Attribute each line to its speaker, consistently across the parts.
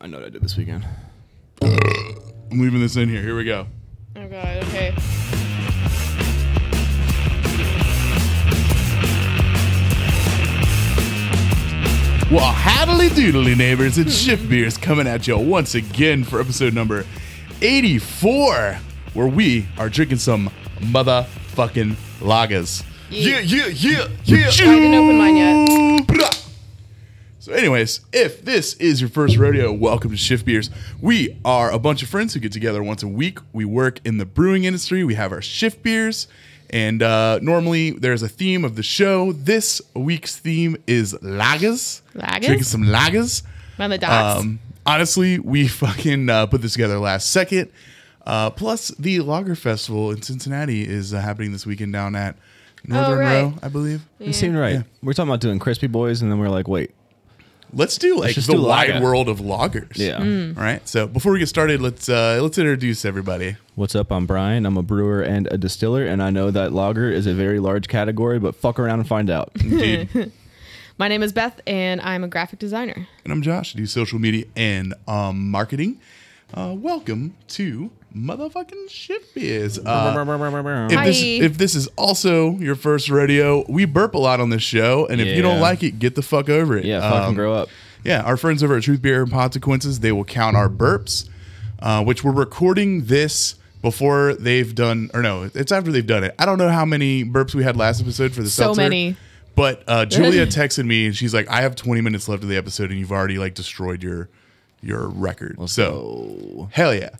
Speaker 1: I know what I did this weekend.
Speaker 2: I'm leaving this in here. Here we go.
Speaker 3: Oh god. Okay.
Speaker 2: Well, haddly doodly neighbors, it's Shift Beers coming at you once again for episode number 84, where we are drinking some motherfucking lagers.
Speaker 3: Yeah.
Speaker 2: yeah, yeah, yeah. I
Speaker 3: didn't open mine
Speaker 2: yet. So, anyways, if this is your first rodeo, welcome to Shift Beers. We are a bunch of friends who get together once a week. We work in the brewing industry. We have our shift beers, and uh, normally there's a theme of the show. This week's theme is lagers.
Speaker 3: Lagers?
Speaker 2: Drinking some lagers.
Speaker 3: On the docks.
Speaker 2: Um, honestly, we fucking uh, put this together last second. Uh, plus, the Lager Festival in Cincinnati is uh, happening this weekend down at Northern
Speaker 3: Oh, right.
Speaker 2: Row, I believe.
Speaker 1: You seemed right. We're talking about doing crispy boys, and then we're like, wait,
Speaker 2: Let's do like
Speaker 1: just
Speaker 2: the
Speaker 1: do
Speaker 2: wide
Speaker 1: lager.
Speaker 2: world of loggers.
Speaker 1: yeah.
Speaker 2: All right. So before we get started, let's uh, let's introduce everybody.
Speaker 1: What's up? I'm Brian. I'm a brewer and a distiller, and I know that lager is a very large category, but fuck around and find out.
Speaker 2: Dude. and
Speaker 3: My name is Beth, and I'm a graphic designer.
Speaker 2: I'm Josh. I do social media and um, marketing. Uh, welcome to motherfucking shit biz. Uh, if this
Speaker 3: Hi.
Speaker 2: if this is also your first rodeo, we burp a lot on this show, and if you don't
Speaker 1: Yeah.
Speaker 2: like it, get the fuck over it.
Speaker 1: yeah, fucking
Speaker 2: Um,
Speaker 1: grow up.
Speaker 2: Yeah, our friends over at Truth Beer and Consequences, they will count our burps, uh, which we're recording this before they've done, or no, it's after they've done it. I don't know how many burps we had last episode for the
Speaker 3: So
Speaker 2: seltzer,
Speaker 3: many.
Speaker 2: But uh, Julia texted me and she's like, "I have 20 minutes left of the episode, and you've already like destroyed your your record." so hell yeah.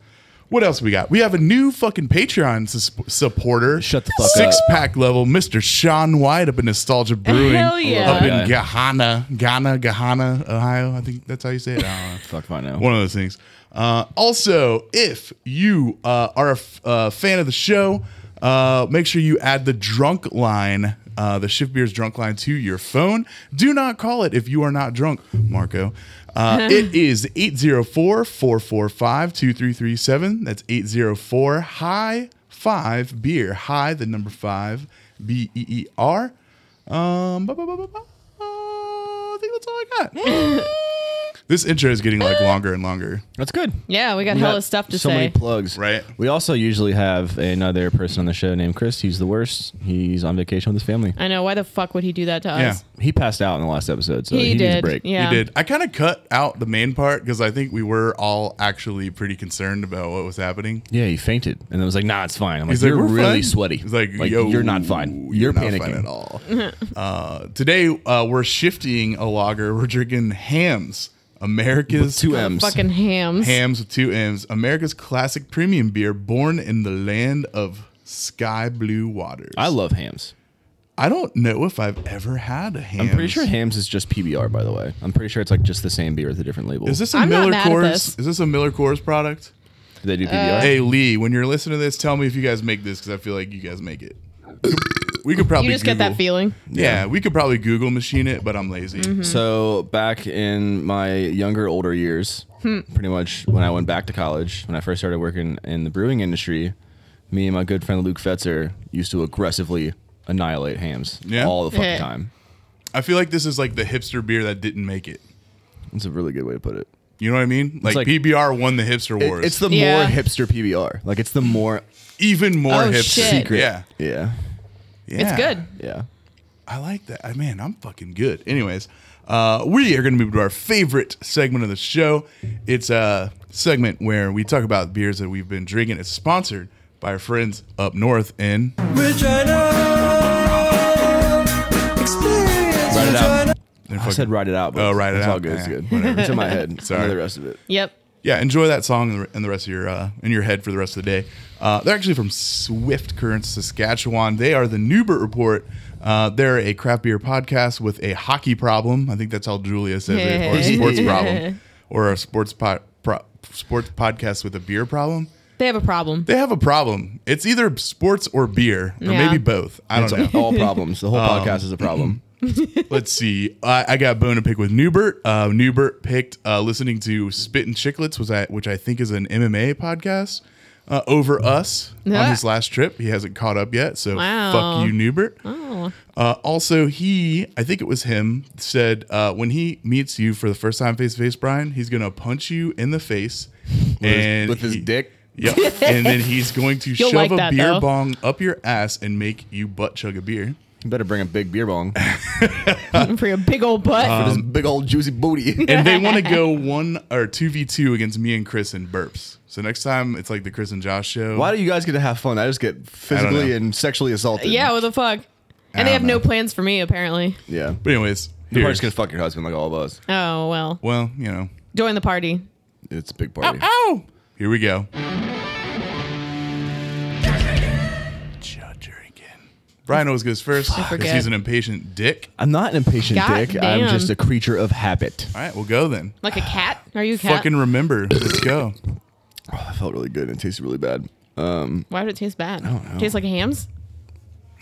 Speaker 2: What else we got? We have a new fucking Patreon sus- supporter.
Speaker 1: Shut the fuck
Speaker 2: Six
Speaker 1: up.
Speaker 2: pack level, Mr. Sean White up in Nostalgia Brewing.
Speaker 3: Hell yeah.
Speaker 2: Up in
Speaker 1: Okay.
Speaker 2: Gahana, Ghana, Gahana, Ohio. I think that's how you say it. I don't know.
Speaker 1: Fuck if I know.
Speaker 2: One of those things. Uh, also, if you uh, are a f- uh, fan of the show, uh, make sure you add the drunk line, uh, the Shift Beers drunk line to your phone. Do not call it if you are not drunk, Marco. Uh, it is 804 445 2337. That's 804 High Five Beer. High, the number five, B E E R. Um, ba- ba- ba- ba- ba. I think that's all I got. This intro is getting like longer and longer.
Speaker 1: That's good.
Speaker 3: Yeah, we got
Speaker 1: We
Speaker 3: hella
Speaker 1: got
Speaker 3: stuff to
Speaker 1: so
Speaker 3: say.
Speaker 1: many plugs.
Speaker 2: Right.
Speaker 1: We also usually have another person on the show named Chris. He's the worst. He's on vacation with his family.
Speaker 3: I know. Why the fuck would he do that to
Speaker 2: Yeah.
Speaker 3: us?
Speaker 1: He passed out in the last episode, so
Speaker 3: He,
Speaker 1: he, needs a
Speaker 3: did.
Speaker 1: break.
Speaker 3: Yeah.
Speaker 2: You did. I kind of cut out the main part because I think we were all actually pretty concerned about what was happening.
Speaker 1: Yeah, he fainted, and I was like, "Nah, it's fine." I'm like,
Speaker 2: He's like,
Speaker 1: "You're
Speaker 2: "We're
Speaker 1: really
Speaker 2: fine."
Speaker 1: sweaty."
Speaker 2: He's like, "Yo,
Speaker 1: you're not fine. You're,
Speaker 2: not
Speaker 1: panicking
Speaker 2: fine at all. uh, today uh, we're shifting a lager. We're drinking Hams, America's
Speaker 1: Two M's.
Speaker 3: Fucking hams.
Speaker 2: Hams with two M's, America's classic premium beer, born in the land of sky blue waters.
Speaker 1: I love hams.
Speaker 2: I don't know if I've ever had a
Speaker 1: I'm
Speaker 2: Hams.
Speaker 1: pretty sure hams is just PBR, by the way. I'm pretty sure it's like just the same beer with a different label.
Speaker 2: Is this a
Speaker 3: I'm not
Speaker 2: Miller
Speaker 3: mad at
Speaker 2: Coors?
Speaker 3: this.
Speaker 2: Is this a Miller Coors product?
Speaker 1: Do they do PBR?
Speaker 3: Uh,
Speaker 2: Hey Lee, when you're listening to this, tell me if you guys make this because I feel like you guys make it. We could probably
Speaker 3: You just get
Speaker 2: Google-
Speaker 3: that feeling.
Speaker 2: Yeah, we could probably Google machine it, but I'm lazy.
Speaker 3: Mm-hmm.
Speaker 1: Mm-hmm. So back in my younger, older years,
Speaker 3: Hmm.
Speaker 1: pretty much when I went back to college, when I first started working in the brewing industry, me and my good friend Luke Fetzer used to aggressively annihilate hams
Speaker 2: Yeah?
Speaker 1: all the fucking
Speaker 3: Yeah.
Speaker 1: time.
Speaker 2: I feel like this is like the hipster beer that didn't make it.
Speaker 1: That's a really good way to put it.
Speaker 2: You know what I mean? Like,
Speaker 1: like-
Speaker 2: PBR won the hipster
Speaker 1: It-
Speaker 2: wars.
Speaker 1: it's the
Speaker 3: Yeah.
Speaker 1: more hipster PBR. Like it's the more
Speaker 2: even more
Speaker 3: Oh,
Speaker 2: hipster.
Speaker 3: shit. Secret.
Speaker 2: Yeah.
Speaker 1: yeah,
Speaker 2: yeah,
Speaker 3: It's good.
Speaker 1: yeah.
Speaker 2: I like that. I man, I'm fucking good. Anyways, uh, we are going to move to our favorite segment of the show. It's a segment where we talk about beers that we've been drinking. It's sponsored by our friends up north in
Speaker 1: Write it out.
Speaker 2: They're
Speaker 1: I said
Speaker 2: fucking-
Speaker 1: write it out. But
Speaker 2: Oh, write it
Speaker 1: it's
Speaker 2: out.
Speaker 1: all good. It's
Speaker 2: Yeah,
Speaker 1: good.
Speaker 2: whatever.
Speaker 1: It's in my head.
Speaker 2: Sorry.
Speaker 1: Sorry. the rest of it.
Speaker 3: Yep.
Speaker 2: Yeah, enjoy that song and the- and the rest of your uh, and your head for the rest of the day. Uh, they're actually from Swift Currents, Saskatchewan. They are the Newbert Report. Uh, they're a craft beer podcast with a hockey problem. I think that's how Julia says it, or a sports problem, or a sports po- pro- sports podcast with a beer problem.
Speaker 3: They have a problem.
Speaker 2: They have a problem. It's either sports or beer, or
Speaker 3: Yeah.
Speaker 2: maybe both. I don't know. Um,
Speaker 1: It's all problems. The whole podcast is a problem.
Speaker 2: Let's see. I, I got a bone to pick with Newbert. Uh, Newbert picked uh, listening to Spit and Chicklets, was I, which I think is an MMA podcast, uh, over us on his last trip. He hasn't caught up yet, so
Speaker 3: Wow.
Speaker 2: fuck you, Newbert.
Speaker 3: Oh, one.
Speaker 2: Uh, also, he, I think it was him, said uh, when he meets you for the first time face to face, Brian, he's going to punch you in the face and
Speaker 1: with his
Speaker 2: he-
Speaker 1: dick?
Speaker 2: Yep. and then he's going to
Speaker 3: You'll
Speaker 2: shove
Speaker 3: like
Speaker 2: a
Speaker 3: that,
Speaker 2: beer
Speaker 3: though.
Speaker 2: bong up your ass and make you butt chug a beer.
Speaker 1: You better bring a big beer bong for
Speaker 3: for your big old butt.
Speaker 1: this big old juicy booty.
Speaker 2: And they want to go one or 2v2 against me and Chris and burps. So next time it's like the Chris and Josh show.
Speaker 1: Why do you guys get to have fun? I just get physically
Speaker 2: know.
Speaker 1: and sexually assaulted.
Speaker 3: yeah, what the fuck? And
Speaker 2: I
Speaker 3: they have
Speaker 2: don't
Speaker 3: no
Speaker 2: know.
Speaker 3: plans for me apparently.
Speaker 1: yeah.
Speaker 2: But, anyways,
Speaker 1: You're probably just gonna
Speaker 2: here's-
Speaker 1: fuck your husband like all of us.
Speaker 3: Oh well.
Speaker 2: well, you know.
Speaker 3: Join the party.
Speaker 1: It's a big party.
Speaker 2: Oh, here we go. Judger again. Brian always goes first because
Speaker 3: forget.
Speaker 2: he's an impatient dick.
Speaker 1: I'm not an impatient
Speaker 3: God
Speaker 1: dick. I'm
Speaker 3: damn.
Speaker 1: just a creature of habit.
Speaker 2: All right, we'll go then.
Speaker 3: Like a cat? Are you a cat?
Speaker 2: Fucking remember. Let's go.
Speaker 1: Oh, I felt really good and it tasted really bad.
Speaker 3: Why would it taste bad? Tastes like hams?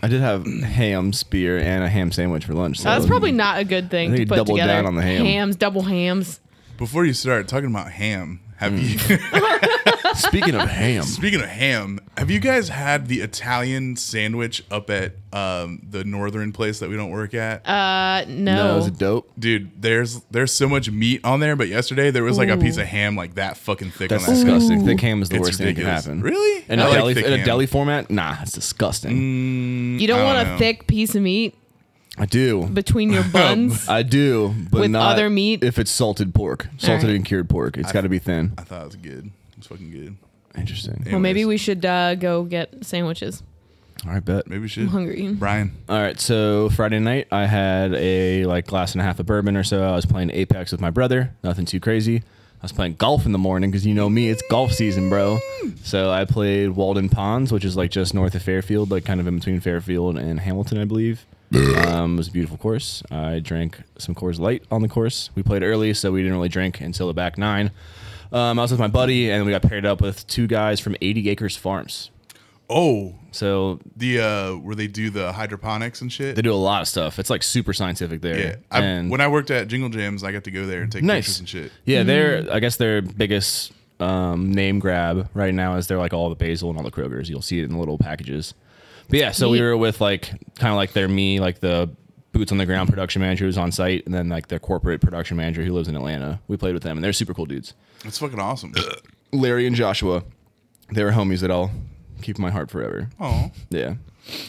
Speaker 1: I did have ham spear and a ham sandwich for lunch. So
Speaker 3: That's probably not a good thing
Speaker 1: I
Speaker 3: to
Speaker 1: think
Speaker 3: put
Speaker 1: double
Speaker 3: together.
Speaker 1: down on the ham.
Speaker 3: Hams, double hams.
Speaker 2: Before you start talking about ham, have you?
Speaker 1: Hmm. Speaking of ham,
Speaker 2: speaking of ham, have you guys had the Italian sandwich up at um, the northern place that we don't work at?
Speaker 3: Uh no.
Speaker 1: no, is it dope?
Speaker 2: Dude, there's there's so much meat on there, but yesterday there was like a
Speaker 3: Ooh.
Speaker 2: piece of ham like that fucking thick
Speaker 1: That's
Speaker 2: on that. sandwich.
Speaker 1: disgusting. Thick ham is the
Speaker 2: It's
Speaker 1: worst thing that
Speaker 2: ridiculous.
Speaker 1: can happen.
Speaker 2: Really?
Speaker 1: In a
Speaker 2: I like
Speaker 1: deli,
Speaker 2: thick
Speaker 1: in a
Speaker 2: ham.
Speaker 1: deli format? Nah, it's disgusting.
Speaker 3: You don't
Speaker 2: I
Speaker 3: want
Speaker 2: don't know.
Speaker 3: a thick piece of meat
Speaker 1: I do.
Speaker 3: between your buns.
Speaker 1: I do, but
Speaker 3: With
Speaker 1: not
Speaker 3: other meat?
Speaker 1: If it's salted pork, salted
Speaker 3: right.
Speaker 1: and cured pork, it's got to be thin.
Speaker 2: I thought it was good. It's fucking good.
Speaker 1: Interesting.
Speaker 3: well, maybe
Speaker 2: Anyways.
Speaker 3: we should uh, go get sandwiches.
Speaker 1: All right, bet.
Speaker 2: Maybe we should.
Speaker 3: hungry.
Speaker 2: Brian.
Speaker 1: All right, so Friday night I had a like glass and a half of bourbon or so. I was playing Apex with my brother. Nothing too crazy. I was playing golf in the morning because you know me, it's golf season, bro. So I played Walden Ponds, which is like just north of Fairfield, like kind of in between Fairfield and Hamilton, I believe. um, it was a beautiful course. I drank some Coors Light on the course. We played early, so we didn't really drink until the back nine. Um, I was with my buddy, and we got paired up with two guys from 80 Acres Farms.
Speaker 2: Oh,
Speaker 1: So
Speaker 2: the uh where they do the hydroponics and shit.
Speaker 1: They do a lot of stuff. It's like super scientific there.
Speaker 2: yeah. I,
Speaker 1: and
Speaker 2: when I worked at Jingle Jams, I got to go there and take pictures
Speaker 1: nice
Speaker 2: and shit.
Speaker 1: Yeah, they're I guess their biggest um, name grab right now is they're like all the basil and all the Krogers. You'll see it in the little packages. But yeah, so we
Speaker 3: Neat.
Speaker 1: were with like kind of like their me, like the boots on the ground production manager who's on site, and then like their corporate production manager who lives in Atlanta. We played with them, and they're super cool dudes.
Speaker 2: That's fucking awesome.
Speaker 1: Larry and Joshua, they were homies that I'll keep in my heart forever.
Speaker 2: Oh.
Speaker 1: Yeah, they
Speaker 2: Uh,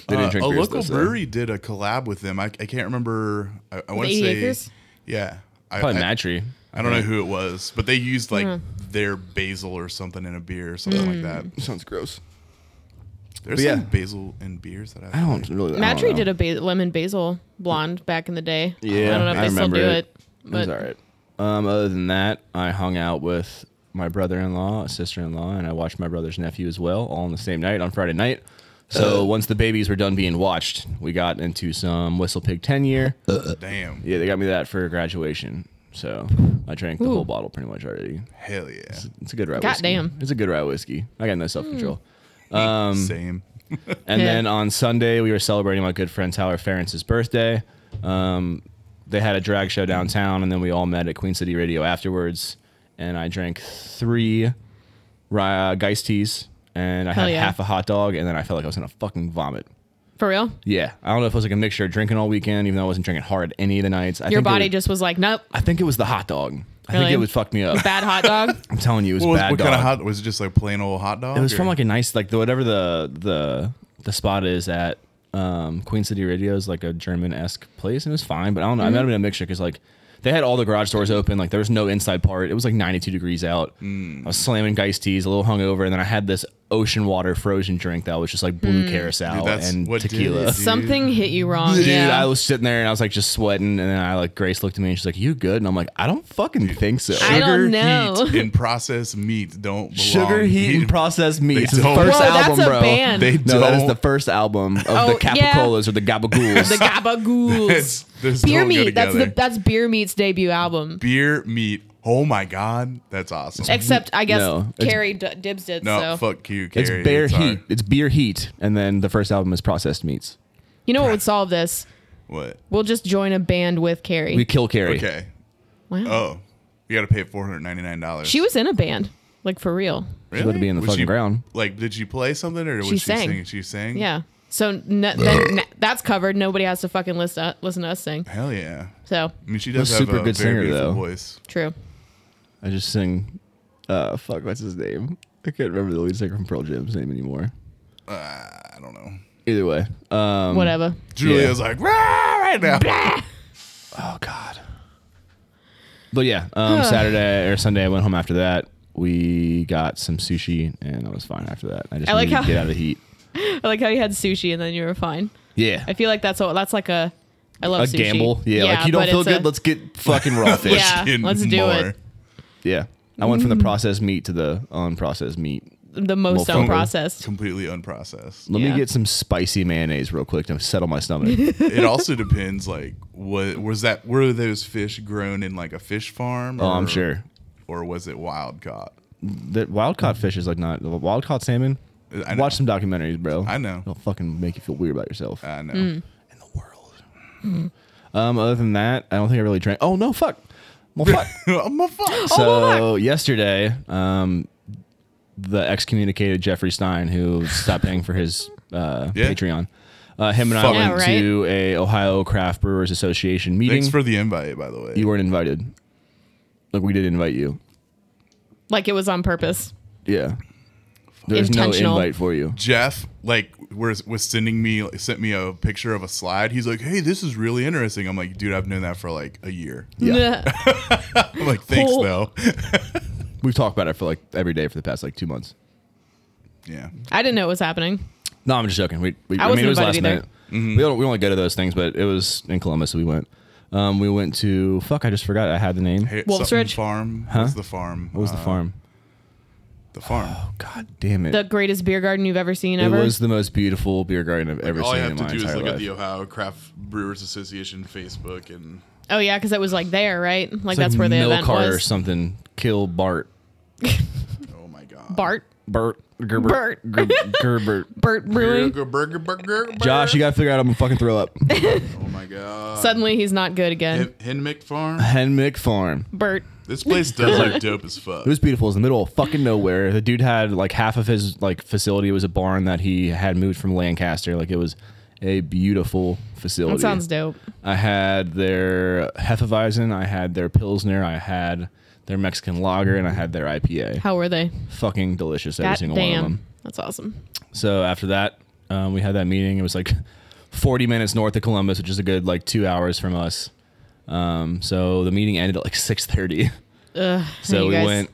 Speaker 1: didn't
Speaker 2: a
Speaker 1: drink beers,
Speaker 2: local
Speaker 1: though, so-
Speaker 2: brewery did a collab with them. I, I can't remember. I, I want to
Speaker 3: 80
Speaker 2: say,
Speaker 3: Acres?
Speaker 2: yeah, I,
Speaker 1: Probably
Speaker 2: I,
Speaker 1: Matry.
Speaker 2: I don't know who it was, but they used like
Speaker 3: Hmm.
Speaker 2: their basil or something in a beer or something like that.
Speaker 1: Sounds gross.
Speaker 2: There's
Speaker 1: But
Speaker 2: some
Speaker 1: yeah.
Speaker 2: basil in beers that
Speaker 1: I
Speaker 2: I,
Speaker 1: don't really. I don't
Speaker 3: Matry
Speaker 1: know.
Speaker 3: did a ba- lemon basil blonde back in the day.
Speaker 1: Yeah,
Speaker 3: I don't know if
Speaker 1: I
Speaker 3: they still
Speaker 1: remember
Speaker 3: do
Speaker 1: it.
Speaker 3: it.
Speaker 1: It was
Speaker 3: but
Speaker 1: all right. Um, other than that, I hung out with my brother-in-law, sister-in-law, and I watched my brother's nephew as well, all on the same night on Friday night. So
Speaker 3: Uh,
Speaker 1: once the babies were done being watched, we got into some Whistle Pig 10 year.
Speaker 3: Uh,
Speaker 2: damn
Speaker 1: Yeah, they got me that for graduation. So I drank the
Speaker 3: Ooh.
Speaker 1: whole bottle pretty much already.
Speaker 2: hell yeah,
Speaker 1: It's a good rye whiskey.
Speaker 3: Goddamn.
Speaker 1: It's a good rye whiskey. I got no self-control. um,
Speaker 2: same.
Speaker 1: And
Speaker 3: Yeah.
Speaker 1: then on Sunday, we were celebrating my good friend Tyler Ferentz's birthday. Um, they had a drag show downtown, and then we all met at Queen City Radio afterwards. And I drank three rye, uh, Geist teas, and I
Speaker 3: Hell
Speaker 1: had
Speaker 3: yeah.
Speaker 1: half a hot dog, and then I felt like I was gonna fucking vomit.
Speaker 3: For real?
Speaker 1: Yeah, I don't know if it was like a mixture of drinking all weekend, even though I wasn't drinking hard any of the nights. I
Speaker 3: Your
Speaker 1: think
Speaker 3: body
Speaker 1: it was,
Speaker 3: just was like, nope,
Speaker 1: I think it was the hot dog. I think
Speaker 3: Really?
Speaker 1: it would fuck me up.
Speaker 3: bad hot dog.
Speaker 1: I'm telling you, it was
Speaker 2: What, was-
Speaker 1: bad.
Speaker 2: what
Speaker 1: dog.
Speaker 2: kind of hot was it? Just like plain old hot dog?
Speaker 1: It was
Speaker 2: or-
Speaker 1: from like a nice like the whatever the the the spot is at um, Queen City Radio is like a German esque place and it was fine, but I don't know. I
Speaker 2: Mm-hmm.
Speaker 1: might have been a mixture because like they had all the garage doors open, like there was no inside part. It was like 92 degrees out.
Speaker 2: Mm.
Speaker 1: I was slamming Geist teas, a little hungover, and then I had this ocean water frozen drink that was just like blue carousel
Speaker 2: Mm. Dude, that's
Speaker 1: and
Speaker 2: what did
Speaker 1: tequila.
Speaker 2: it,
Speaker 1: Dude,
Speaker 3: Something hit you wrong. yeah.
Speaker 1: I was sitting there and I was like just sweating, and then I like Grace looked at me and she's like, "You good?" And I'm like, "I don't fucking think so."
Speaker 3: I don't know.
Speaker 2: heat and processed meat don't belong.
Speaker 1: Sugar, heat, and processed meats. It's the
Speaker 2: don't-
Speaker 1: first
Speaker 3: Whoa, that's
Speaker 1: album,
Speaker 3: a
Speaker 1: bro.
Speaker 3: band.
Speaker 2: They
Speaker 1: No, that is
Speaker 2: don't-
Speaker 1: the first album of
Speaker 3: Oh,
Speaker 1: the
Speaker 3: yeah.
Speaker 1: Capicolas or the Gabagools.
Speaker 3: the
Speaker 2: It's-
Speaker 3: gabagools.
Speaker 2: those
Speaker 3: Beer
Speaker 2: don't go
Speaker 3: meat. That's the
Speaker 2: together.
Speaker 3: that's beer meat's debut album.
Speaker 2: beer meat. Oh my god, that's awesome.
Speaker 3: Except I guess
Speaker 1: No, it's-
Speaker 3: Carrie d- dibs did.
Speaker 2: no,
Speaker 3: so
Speaker 2: fuck you, Carrie.
Speaker 1: it's beer
Speaker 2: our-
Speaker 1: heat. It's beer heat, and then the first album is processed meats.
Speaker 3: you know what would solve this?
Speaker 2: What?
Speaker 3: We'll just join a band with Carrie.
Speaker 1: We kill Carrie.
Speaker 2: Okay.
Speaker 3: wow.
Speaker 2: Oh, you got to pay four hundred ninety nine dollars.
Speaker 3: She was in a band, like for real.
Speaker 1: She's gonna be in the fucking
Speaker 2: she,
Speaker 1: ground.
Speaker 2: Like, did she play something or was she,
Speaker 3: She sang.
Speaker 2: singing? She sang.
Speaker 3: Yeah. So n- then, n- that's covered. Nobody has to fucking listen to, listen to us sing.
Speaker 2: Hell yeah.
Speaker 3: So
Speaker 2: I mean, she does
Speaker 1: A
Speaker 2: have
Speaker 1: super
Speaker 2: a
Speaker 1: good
Speaker 2: very
Speaker 1: singer,
Speaker 2: beautiful
Speaker 1: though.
Speaker 2: voice.
Speaker 3: true.
Speaker 1: I just sing. Uh, fuck, what's his name? I can't remember the lead singer from Pearl Jam's name anymore.
Speaker 2: Uh, I don't know.
Speaker 1: Either way, um,
Speaker 3: Whatever.
Speaker 2: Julia's like Rah, right now.
Speaker 1: Oh God. But yeah, um, Saturday or Sunday, I went home after that. We got some sushi, and I was fine after that. I just
Speaker 3: I like
Speaker 1: needed
Speaker 3: how-
Speaker 1: to get out of the heat.
Speaker 3: I like how you had sushi and then you were fine.
Speaker 1: Yeah,
Speaker 3: I feel like that's all. That's like a. I love
Speaker 1: a
Speaker 3: sushi.
Speaker 1: gamble. Yeah, like you don't
Speaker 3: but
Speaker 1: feel
Speaker 3: it's
Speaker 1: good.
Speaker 3: a-
Speaker 1: let's get fucking raw fish.
Speaker 3: Yeah, Mm-hmm.
Speaker 2: Skin
Speaker 3: let's do it.
Speaker 1: yeah, I went from the processed meat to the unprocessed meat.
Speaker 3: the most
Speaker 1: Well,
Speaker 3: unprocessed.
Speaker 2: Completely unprocessed.
Speaker 1: Let
Speaker 3: Yeah.
Speaker 1: me get some spicy mayonnaise real quick to settle my stomach.
Speaker 2: it also depends. Like, what was that? Were those fish grown in like a fish farm?
Speaker 1: oh, I'm
Speaker 2: or-
Speaker 1: sure.
Speaker 2: Or was it wild caught?
Speaker 1: That wild caught fish is like not the wild caught salmon.
Speaker 2: I know.
Speaker 1: Watch some documentaries, bro.
Speaker 2: I know. Uh,
Speaker 1: It'll fucking make you feel weird about yourself.
Speaker 2: I know.
Speaker 1: in
Speaker 3: Mm.
Speaker 1: the world. Um, other than that, I don't think I really drank. Oh no, fuck. Well, fuck.
Speaker 2: I'm a fuck.
Speaker 1: so
Speaker 3: well,
Speaker 1: yesterday, um, the excommunicated Jeffrey Stein, who stopped paying for his uh,
Speaker 2: Yeah.
Speaker 1: Patreon, uh, him and I
Speaker 2: Fuck.
Speaker 1: went
Speaker 3: Yeah, right.
Speaker 1: to a Ohio Craft Brewers Association meeting.
Speaker 2: Thanks for the invite, by the way.
Speaker 1: you weren't invited. Like we did invite you.
Speaker 3: Like it was on purpose.
Speaker 1: Yeah. There's no
Speaker 3: Intentional.
Speaker 1: invite for you.
Speaker 2: Jeff, like, was was sending me like, sent me a picture of a slide. He's like, "Hey, this is really interesting." I'm like, "Dude, I've known that for like a year."
Speaker 1: Yeah.
Speaker 2: I'm like, "Thanks,
Speaker 3: Cool.
Speaker 2: though."
Speaker 1: We've talked about it for like every day for the past like two months.
Speaker 2: yeah,
Speaker 3: I didn't know it was happening.
Speaker 1: No, I'm just joking. We, we I,
Speaker 3: I
Speaker 1: mean,
Speaker 3: wasn't
Speaker 1: it was last
Speaker 3: invited either.
Speaker 1: minute.
Speaker 2: Mm-hmm.
Speaker 1: We don't we only go to those things, but it was in Columbus, so we went. Um, we went to fuck. I just forgot. I had the name.
Speaker 2: hey,
Speaker 3: Wolf's
Speaker 2: something
Speaker 3: Ridge?
Speaker 2: Farm.
Speaker 1: Huh?
Speaker 2: What's the farm? Uh,
Speaker 1: what was the farm?
Speaker 2: The farm.
Speaker 1: Oh God damn it!
Speaker 3: The greatest beer garden you've ever seen
Speaker 1: it
Speaker 3: ever.
Speaker 1: was the most beautiful beer garden I've ever
Speaker 2: All
Speaker 1: seen
Speaker 2: I have
Speaker 1: in
Speaker 2: to
Speaker 1: my
Speaker 2: do is
Speaker 1: entire
Speaker 2: look at
Speaker 1: life.
Speaker 2: the Ohio Craft Brewers Association Facebook, and
Speaker 3: oh yeah, because it was like there, right? Like
Speaker 1: It's
Speaker 3: that's
Speaker 1: like
Speaker 3: where the
Speaker 1: Milk
Speaker 3: event
Speaker 1: Cart or
Speaker 3: was.
Speaker 1: something. Kill Bart.
Speaker 2: oh my god,
Speaker 3: Bart,
Speaker 1: Bert. Gerber.
Speaker 3: Bart.
Speaker 1: Ger- Gerber.
Speaker 3: Bert brewing.
Speaker 2: Burger, burger, burger, burger.
Speaker 1: Josh, you gotta figure out I'm gonna fucking throw up.
Speaker 2: Oh my god.
Speaker 3: Suddenly he's not good again.
Speaker 2: Hen- Henmick Farm.
Speaker 1: Henmick Farm.
Speaker 3: Bert.
Speaker 2: This place does look dope as fuck.
Speaker 1: It was beautiful. It was in the middle of fucking nowhere. The dude had like half of his like facility was a barn that he had moved from Lancaster. Like it was a beautiful facility.
Speaker 3: That sounds dope.
Speaker 1: I had their Hefeweizen, I had their Pilsner, I had their Mexican lager, and I had their IPA.
Speaker 3: How were they?
Speaker 1: Fucking delicious, every
Speaker 3: God
Speaker 1: single one of
Speaker 3: damn.
Speaker 1: them.
Speaker 3: That's awesome.
Speaker 1: So after that, um, we had that meeting. It was like 40 minutes north of Columbus, which is a good like two hours from us. Um, so the meeting ended at like 6:30.
Speaker 3: Ugh.
Speaker 1: So
Speaker 3: you
Speaker 1: we
Speaker 3: guys-
Speaker 1: went.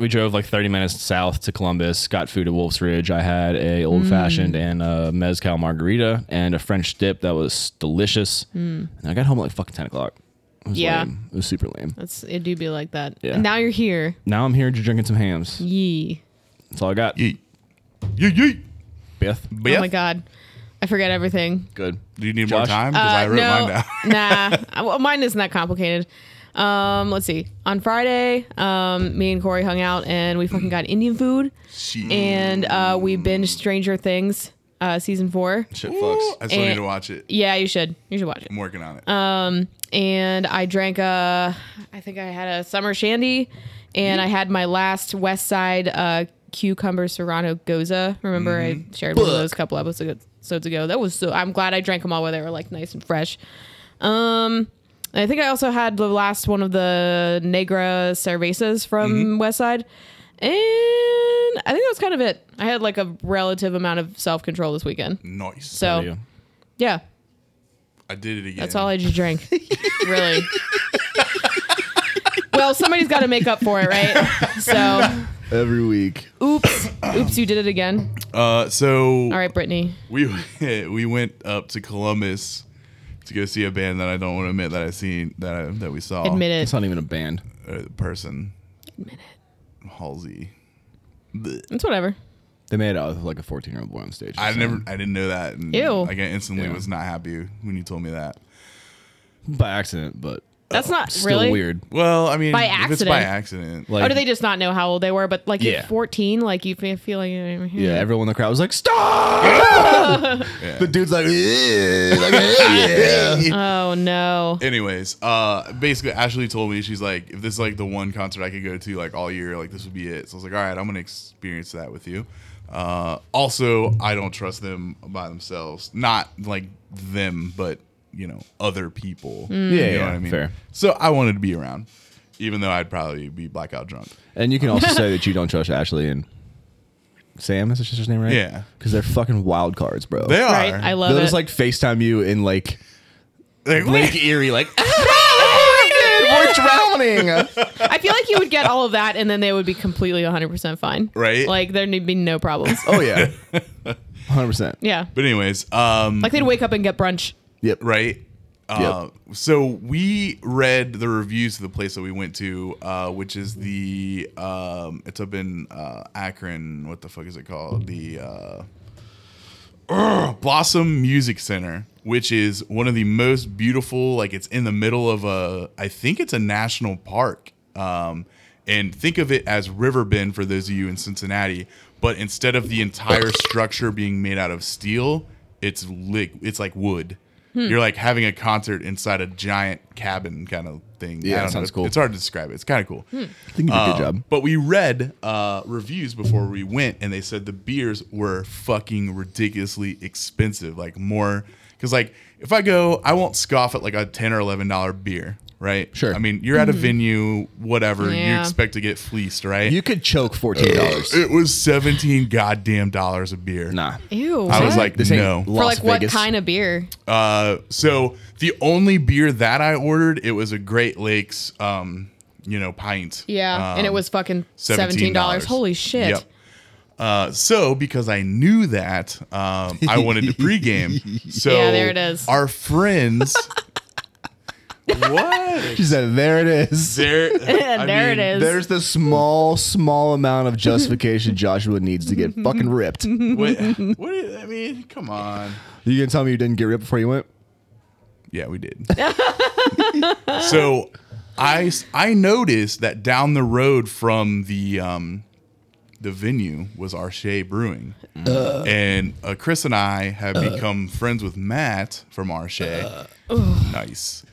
Speaker 1: We drove like 30 minutes south to Columbus. Got food at Wolf's Ridge. I had a old fashioned
Speaker 3: Mm.
Speaker 1: and a mezcal margarita and a French dip that was delicious. And I got home at like fucking 10 o'clock. It was
Speaker 3: Mm. Yeah.
Speaker 1: lame. It was super lame.
Speaker 3: That's it. Do be like that.
Speaker 1: Yeah.
Speaker 3: And now you're here.
Speaker 1: Now I'm here drinking some hams.
Speaker 3: Yee.
Speaker 1: That's all I got.
Speaker 2: Yeet. Yeet, yeet.
Speaker 1: Beth,
Speaker 2: Beth,
Speaker 3: Oh my god. I forget everything. Uh,
Speaker 1: good.
Speaker 2: Do you need more
Speaker 1: Josh?
Speaker 2: time? Because I wrote mine down.
Speaker 3: nah, I- well, mine isn't that complicated. Um, let's see. On Friday, um, me and Corey hung out and we fucking got Indian food
Speaker 2: Shit.
Speaker 3: and uh, we binged Stranger Things uh, season four.
Speaker 1: Shit
Speaker 2: Ooh, Um, I still need
Speaker 3: And-
Speaker 2: to watch it.
Speaker 3: Yeah, you should. You should watch it.
Speaker 2: I'm working on it.
Speaker 3: And I drank a, I think I had a summer shandy, and I had my last West Side uh, cucumber serrano goza. Remember I shared one of those a couple episodes episodes ago. That was so. I'm glad I drank them all while they were like nice and fresh. Um, I think I also had the last one of the Negra cervezas from West Side. And I think that was kind of it. I had like a relative amount of self control this weekend.
Speaker 2: nice.
Speaker 3: So,
Speaker 1: Yeah.
Speaker 3: yeah,
Speaker 2: I did it again.
Speaker 3: that's all I just drank. really. well, somebody's got to make up for it, right? So,
Speaker 1: Every week.
Speaker 3: oops, oops, you did it again.
Speaker 2: Uh, so
Speaker 3: All right, Brittany.
Speaker 2: we we went up to Columbus to go see a band that I don't want to admit that I seen that I, that we saw.
Speaker 3: Admit
Speaker 1: Oh, It's
Speaker 3: it.
Speaker 1: not even a band.
Speaker 2: Uh, person. Admit it. Halsey. Blech.
Speaker 3: It's whatever.
Speaker 1: They made out with like a 14 year old boy on stage.
Speaker 2: I
Speaker 1: So-
Speaker 2: never. I didn't know that. And
Speaker 3: Ew.
Speaker 2: Like I instantly
Speaker 1: Yeah.
Speaker 2: was not happy when you told me that.
Speaker 1: By accident, but
Speaker 3: That's not
Speaker 1: Still
Speaker 3: really
Speaker 1: weird.
Speaker 2: Well, I mean,
Speaker 3: By
Speaker 2: if it's by
Speaker 3: accident.
Speaker 2: accident,
Speaker 1: Like,
Speaker 3: or do they just not know how old they were? But like
Speaker 1: Yeah.
Speaker 3: at 14, like you fe- feel like
Speaker 1: yeah, everyone in the crowd was like, "Stop!" The dude's like, "Ugh," like, "Ugh."
Speaker 3: Oh no.
Speaker 2: Anyways, uh, basically Ashley told me she's like, if this is like the one concert I could go to like all year, like this would be it. So I was like, all right, I'm gonna experience that with you. Uh, also, I don't trust them by themselves. Not like them, but you know, other people. you
Speaker 1: Yeah,
Speaker 2: know
Speaker 1: yeah, fair.
Speaker 2: So I wanted to be around, even though I'd probably be blackout drunk.
Speaker 1: And you can also say that you don't trust Ashley and Sam. Is her sister's name right?
Speaker 2: Yeah.
Speaker 1: because they're fucking wild cards, bro.
Speaker 2: They are.
Speaker 3: Right. I love
Speaker 1: They'll
Speaker 3: it.
Speaker 1: just like Facetime you in like
Speaker 2: Like,
Speaker 1: Lake Erie, like we're drowning.
Speaker 3: I feel like you would get all of that, and then they would be completely 100% fine.
Speaker 2: Right?
Speaker 3: Like there'd be no problems.
Speaker 1: Oh yeah, hundred percent.
Speaker 3: yeah.
Speaker 2: But anyways, um,
Speaker 3: Like they'd wake up and get brunch.
Speaker 1: Yep.
Speaker 2: right? Uh, So we read the reviews of the place that we went to, uh, which is the um, it's up in uh, Akron. What the fuck is it called? The uh, Urgh, Blossom Music Center, which is one of the most beautiful. Like it's in the middle of a, I think it's a national park. Um, and think of it as River Bend for those of you in Cincinnati. But instead of the entire structure being made out of steel, it's lick. It's like wood. You're like having a concert inside a giant cabin kind of thing.
Speaker 1: Yeah,
Speaker 2: I don't
Speaker 1: sounds
Speaker 2: know.
Speaker 1: cool.
Speaker 2: It's hard to describe. It. It's kind of cool.
Speaker 1: I think you did a good
Speaker 2: Uh,
Speaker 1: job.
Speaker 2: But we read uh, reviews before we went, and they said the beers were fucking ridiculously expensive. Like more, because like if I go, I won't scoff at like a ten or eleven dollar beer, right?
Speaker 1: Sure.
Speaker 2: I mean, you're at a venue, whatever. You
Speaker 3: Mm-hmm. Yeah.
Speaker 2: expect to get fleeced, right?
Speaker 1: You could choke fourteen dollars.
Speaker 2: it was seventeen goddamn dollars a beer.
Speaker 1: nah.
Speaker 3: Ew.
Speaker 2: I was
Speaker 3: what?
Speaker 2: like,
Speaker 1: This
Speaker 2: no.
Speaker 1: ain't
Speaker 3: for
Speaker 1: Las
Speaker 3: like what
Speaker 1: Vegas.
Speaker 3: kind of beer?
Speaker 2: Uh, so the only beer that I ordered, it was a Great Lakes, um, you know, pint.
Speaker 3: Yeah. and it
Speaker 2: Um,
Speaker 3: was fucking
Speaker 2: $17.
Speaker 3: $17. Holy shit.
Speaker 2: Yep. Uh, so because I knew that, um, I wanted to pregame. So
Speaker 3: Yeah, there it is.
Speaker 2: Our friends. what?
Speaker 1: She said, "There it is."
Speaker 2: There, I
Speaker 3: There it is.
Speaker 1: There's the small, small amount of justification Joshua needs to get fucking ripped. You
Speaker 2: What, what is- I mean, come on.
Speaker 1: gonna tell me you didn't get ripped before you went?
Speaker 2: Yeah, we did. so I s- I noticed that down the road from the um the venue was Arche Brewing. and uh, Chris and I have become friends with Matt from Arche. nice.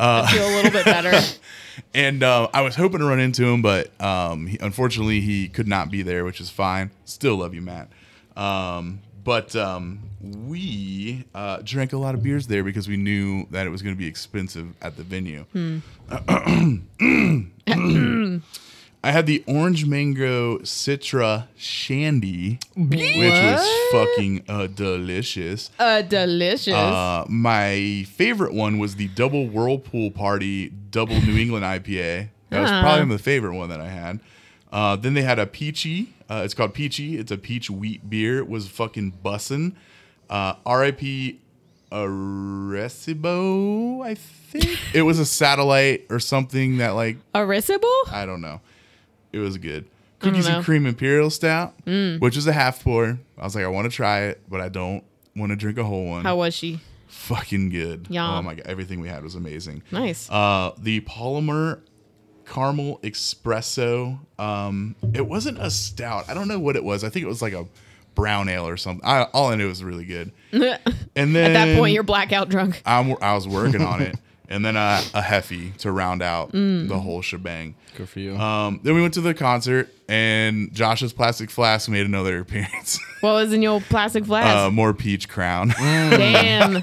Speaker 3: I feel a little bit better.
Speaker 2: And uh, I was hoping to run into him, but um, he, unfortunately, he could not be there, which is fine. Still love you, Matt. Um, but um, we uh, drank a lot of beers there because we knew that it was going to be expensive at the venue. I had the orange mango citra shandy, which was fucking uh, delicious.
Speaker 3: uh, delicious.
Speaker 2: Uh, my favorite one was the double whirlpool party double New England IPA. That was
Speaker 3: Ah.
Speaker 2: probably the favorite one that I had. Uh, then they had a peachy. Uh, it's called peachy. It's a peach wheat beer. It was fucking bussin'. Uh, R.I.P. Arecibo, I think it was a satellite or something that like
Speaker 3: Arisible?
Speaker 2: I don't know. It was good.
Speaker 3: don't
Speaker 2: Cookies and
Speaker 3: know. Mm.
Speaker 2: cream imperial stout, which is a half pour. I was like, I want to try it, but I don't want to drink a whole one
Speaker 3: How was she?
Speaker 2: fucking good.
Speaker 3: Yeah.
Speaker 2: Oh my god, everything we had was amazing.
Speaker 3: Nice.
Speaker 2: Uh, the polymer caramel espresso. Um, it wasn't a stout. I don't know what it was. I think it was like a brown ale or something. I, all I knew was really good. And then
Speaker 3: At that point, you're blackout drunk.
Speaker 2: I'm, I was working on it, and then a, a heffy to round out
Speaker 3: Mm.
Speaker 2: the whole shebang.
Speaker 1: Good for you.
Speaker 2: Um, then we went to the concert, and Josh's plastic flask made another appearance.
Speaker 3: What was in your plastic
Speaker 2: uh,
Speaker 3: flask?
Speaker 2: more peach crown.
Speaker 3: Damn.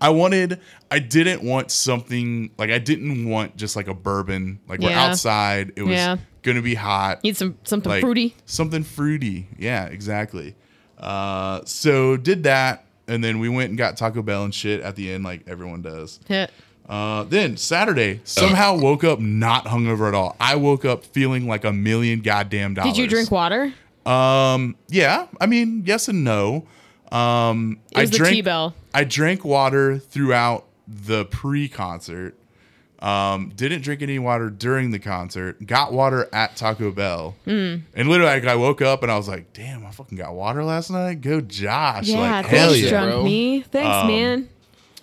Speaker 2: I wanted, I didn't want something like I didn't want just like a bourbon. Like we're
Speaker 3: Yeah.
Speaker 2: outside, it was
Speaker 3: Yeah.
Speaker 2: gonna be hot.
Speaker 3: Need some something
Speaker 2: like,
Speaker 3: fruity.
Speaker 2: Something fruity. Yeah, exactly. Uh, so did that, and then we went and got Taco Bell and shit at the end, like everyone does.
Speaker 3: Heh.
Speaker 2: Uh, then Saturday, somehow woke up not hungover at all. I woke up feeling like a million goddamn dollars.
Speaker 3: Did you drink water?
Speaker 2: Um, yeah. I mean, yes and no. Um,
Speaker 3: It was
Speaker 2: I
Speaker 3: the
Speaker 2: drank.
Speaker 3: T-Bell.
Speaker 2: I drank water throughout the pre-concert. Um, didn't drink any water during the concert. Got water at Taco Bell,
Speaker 3: Mm.
Speaker 2: and literally, like, I woke up and I was like, "Damn, I fucking got water last night. Go, Josh!
Speaker 3: Yeah,
Speaker 2: like,
Speaker 3: thanks,
Speaker 2: hell yeah!" Um,
Speaker 3: drunk
Speaker 1: bro.
Speaker 3: me. Thanks, man.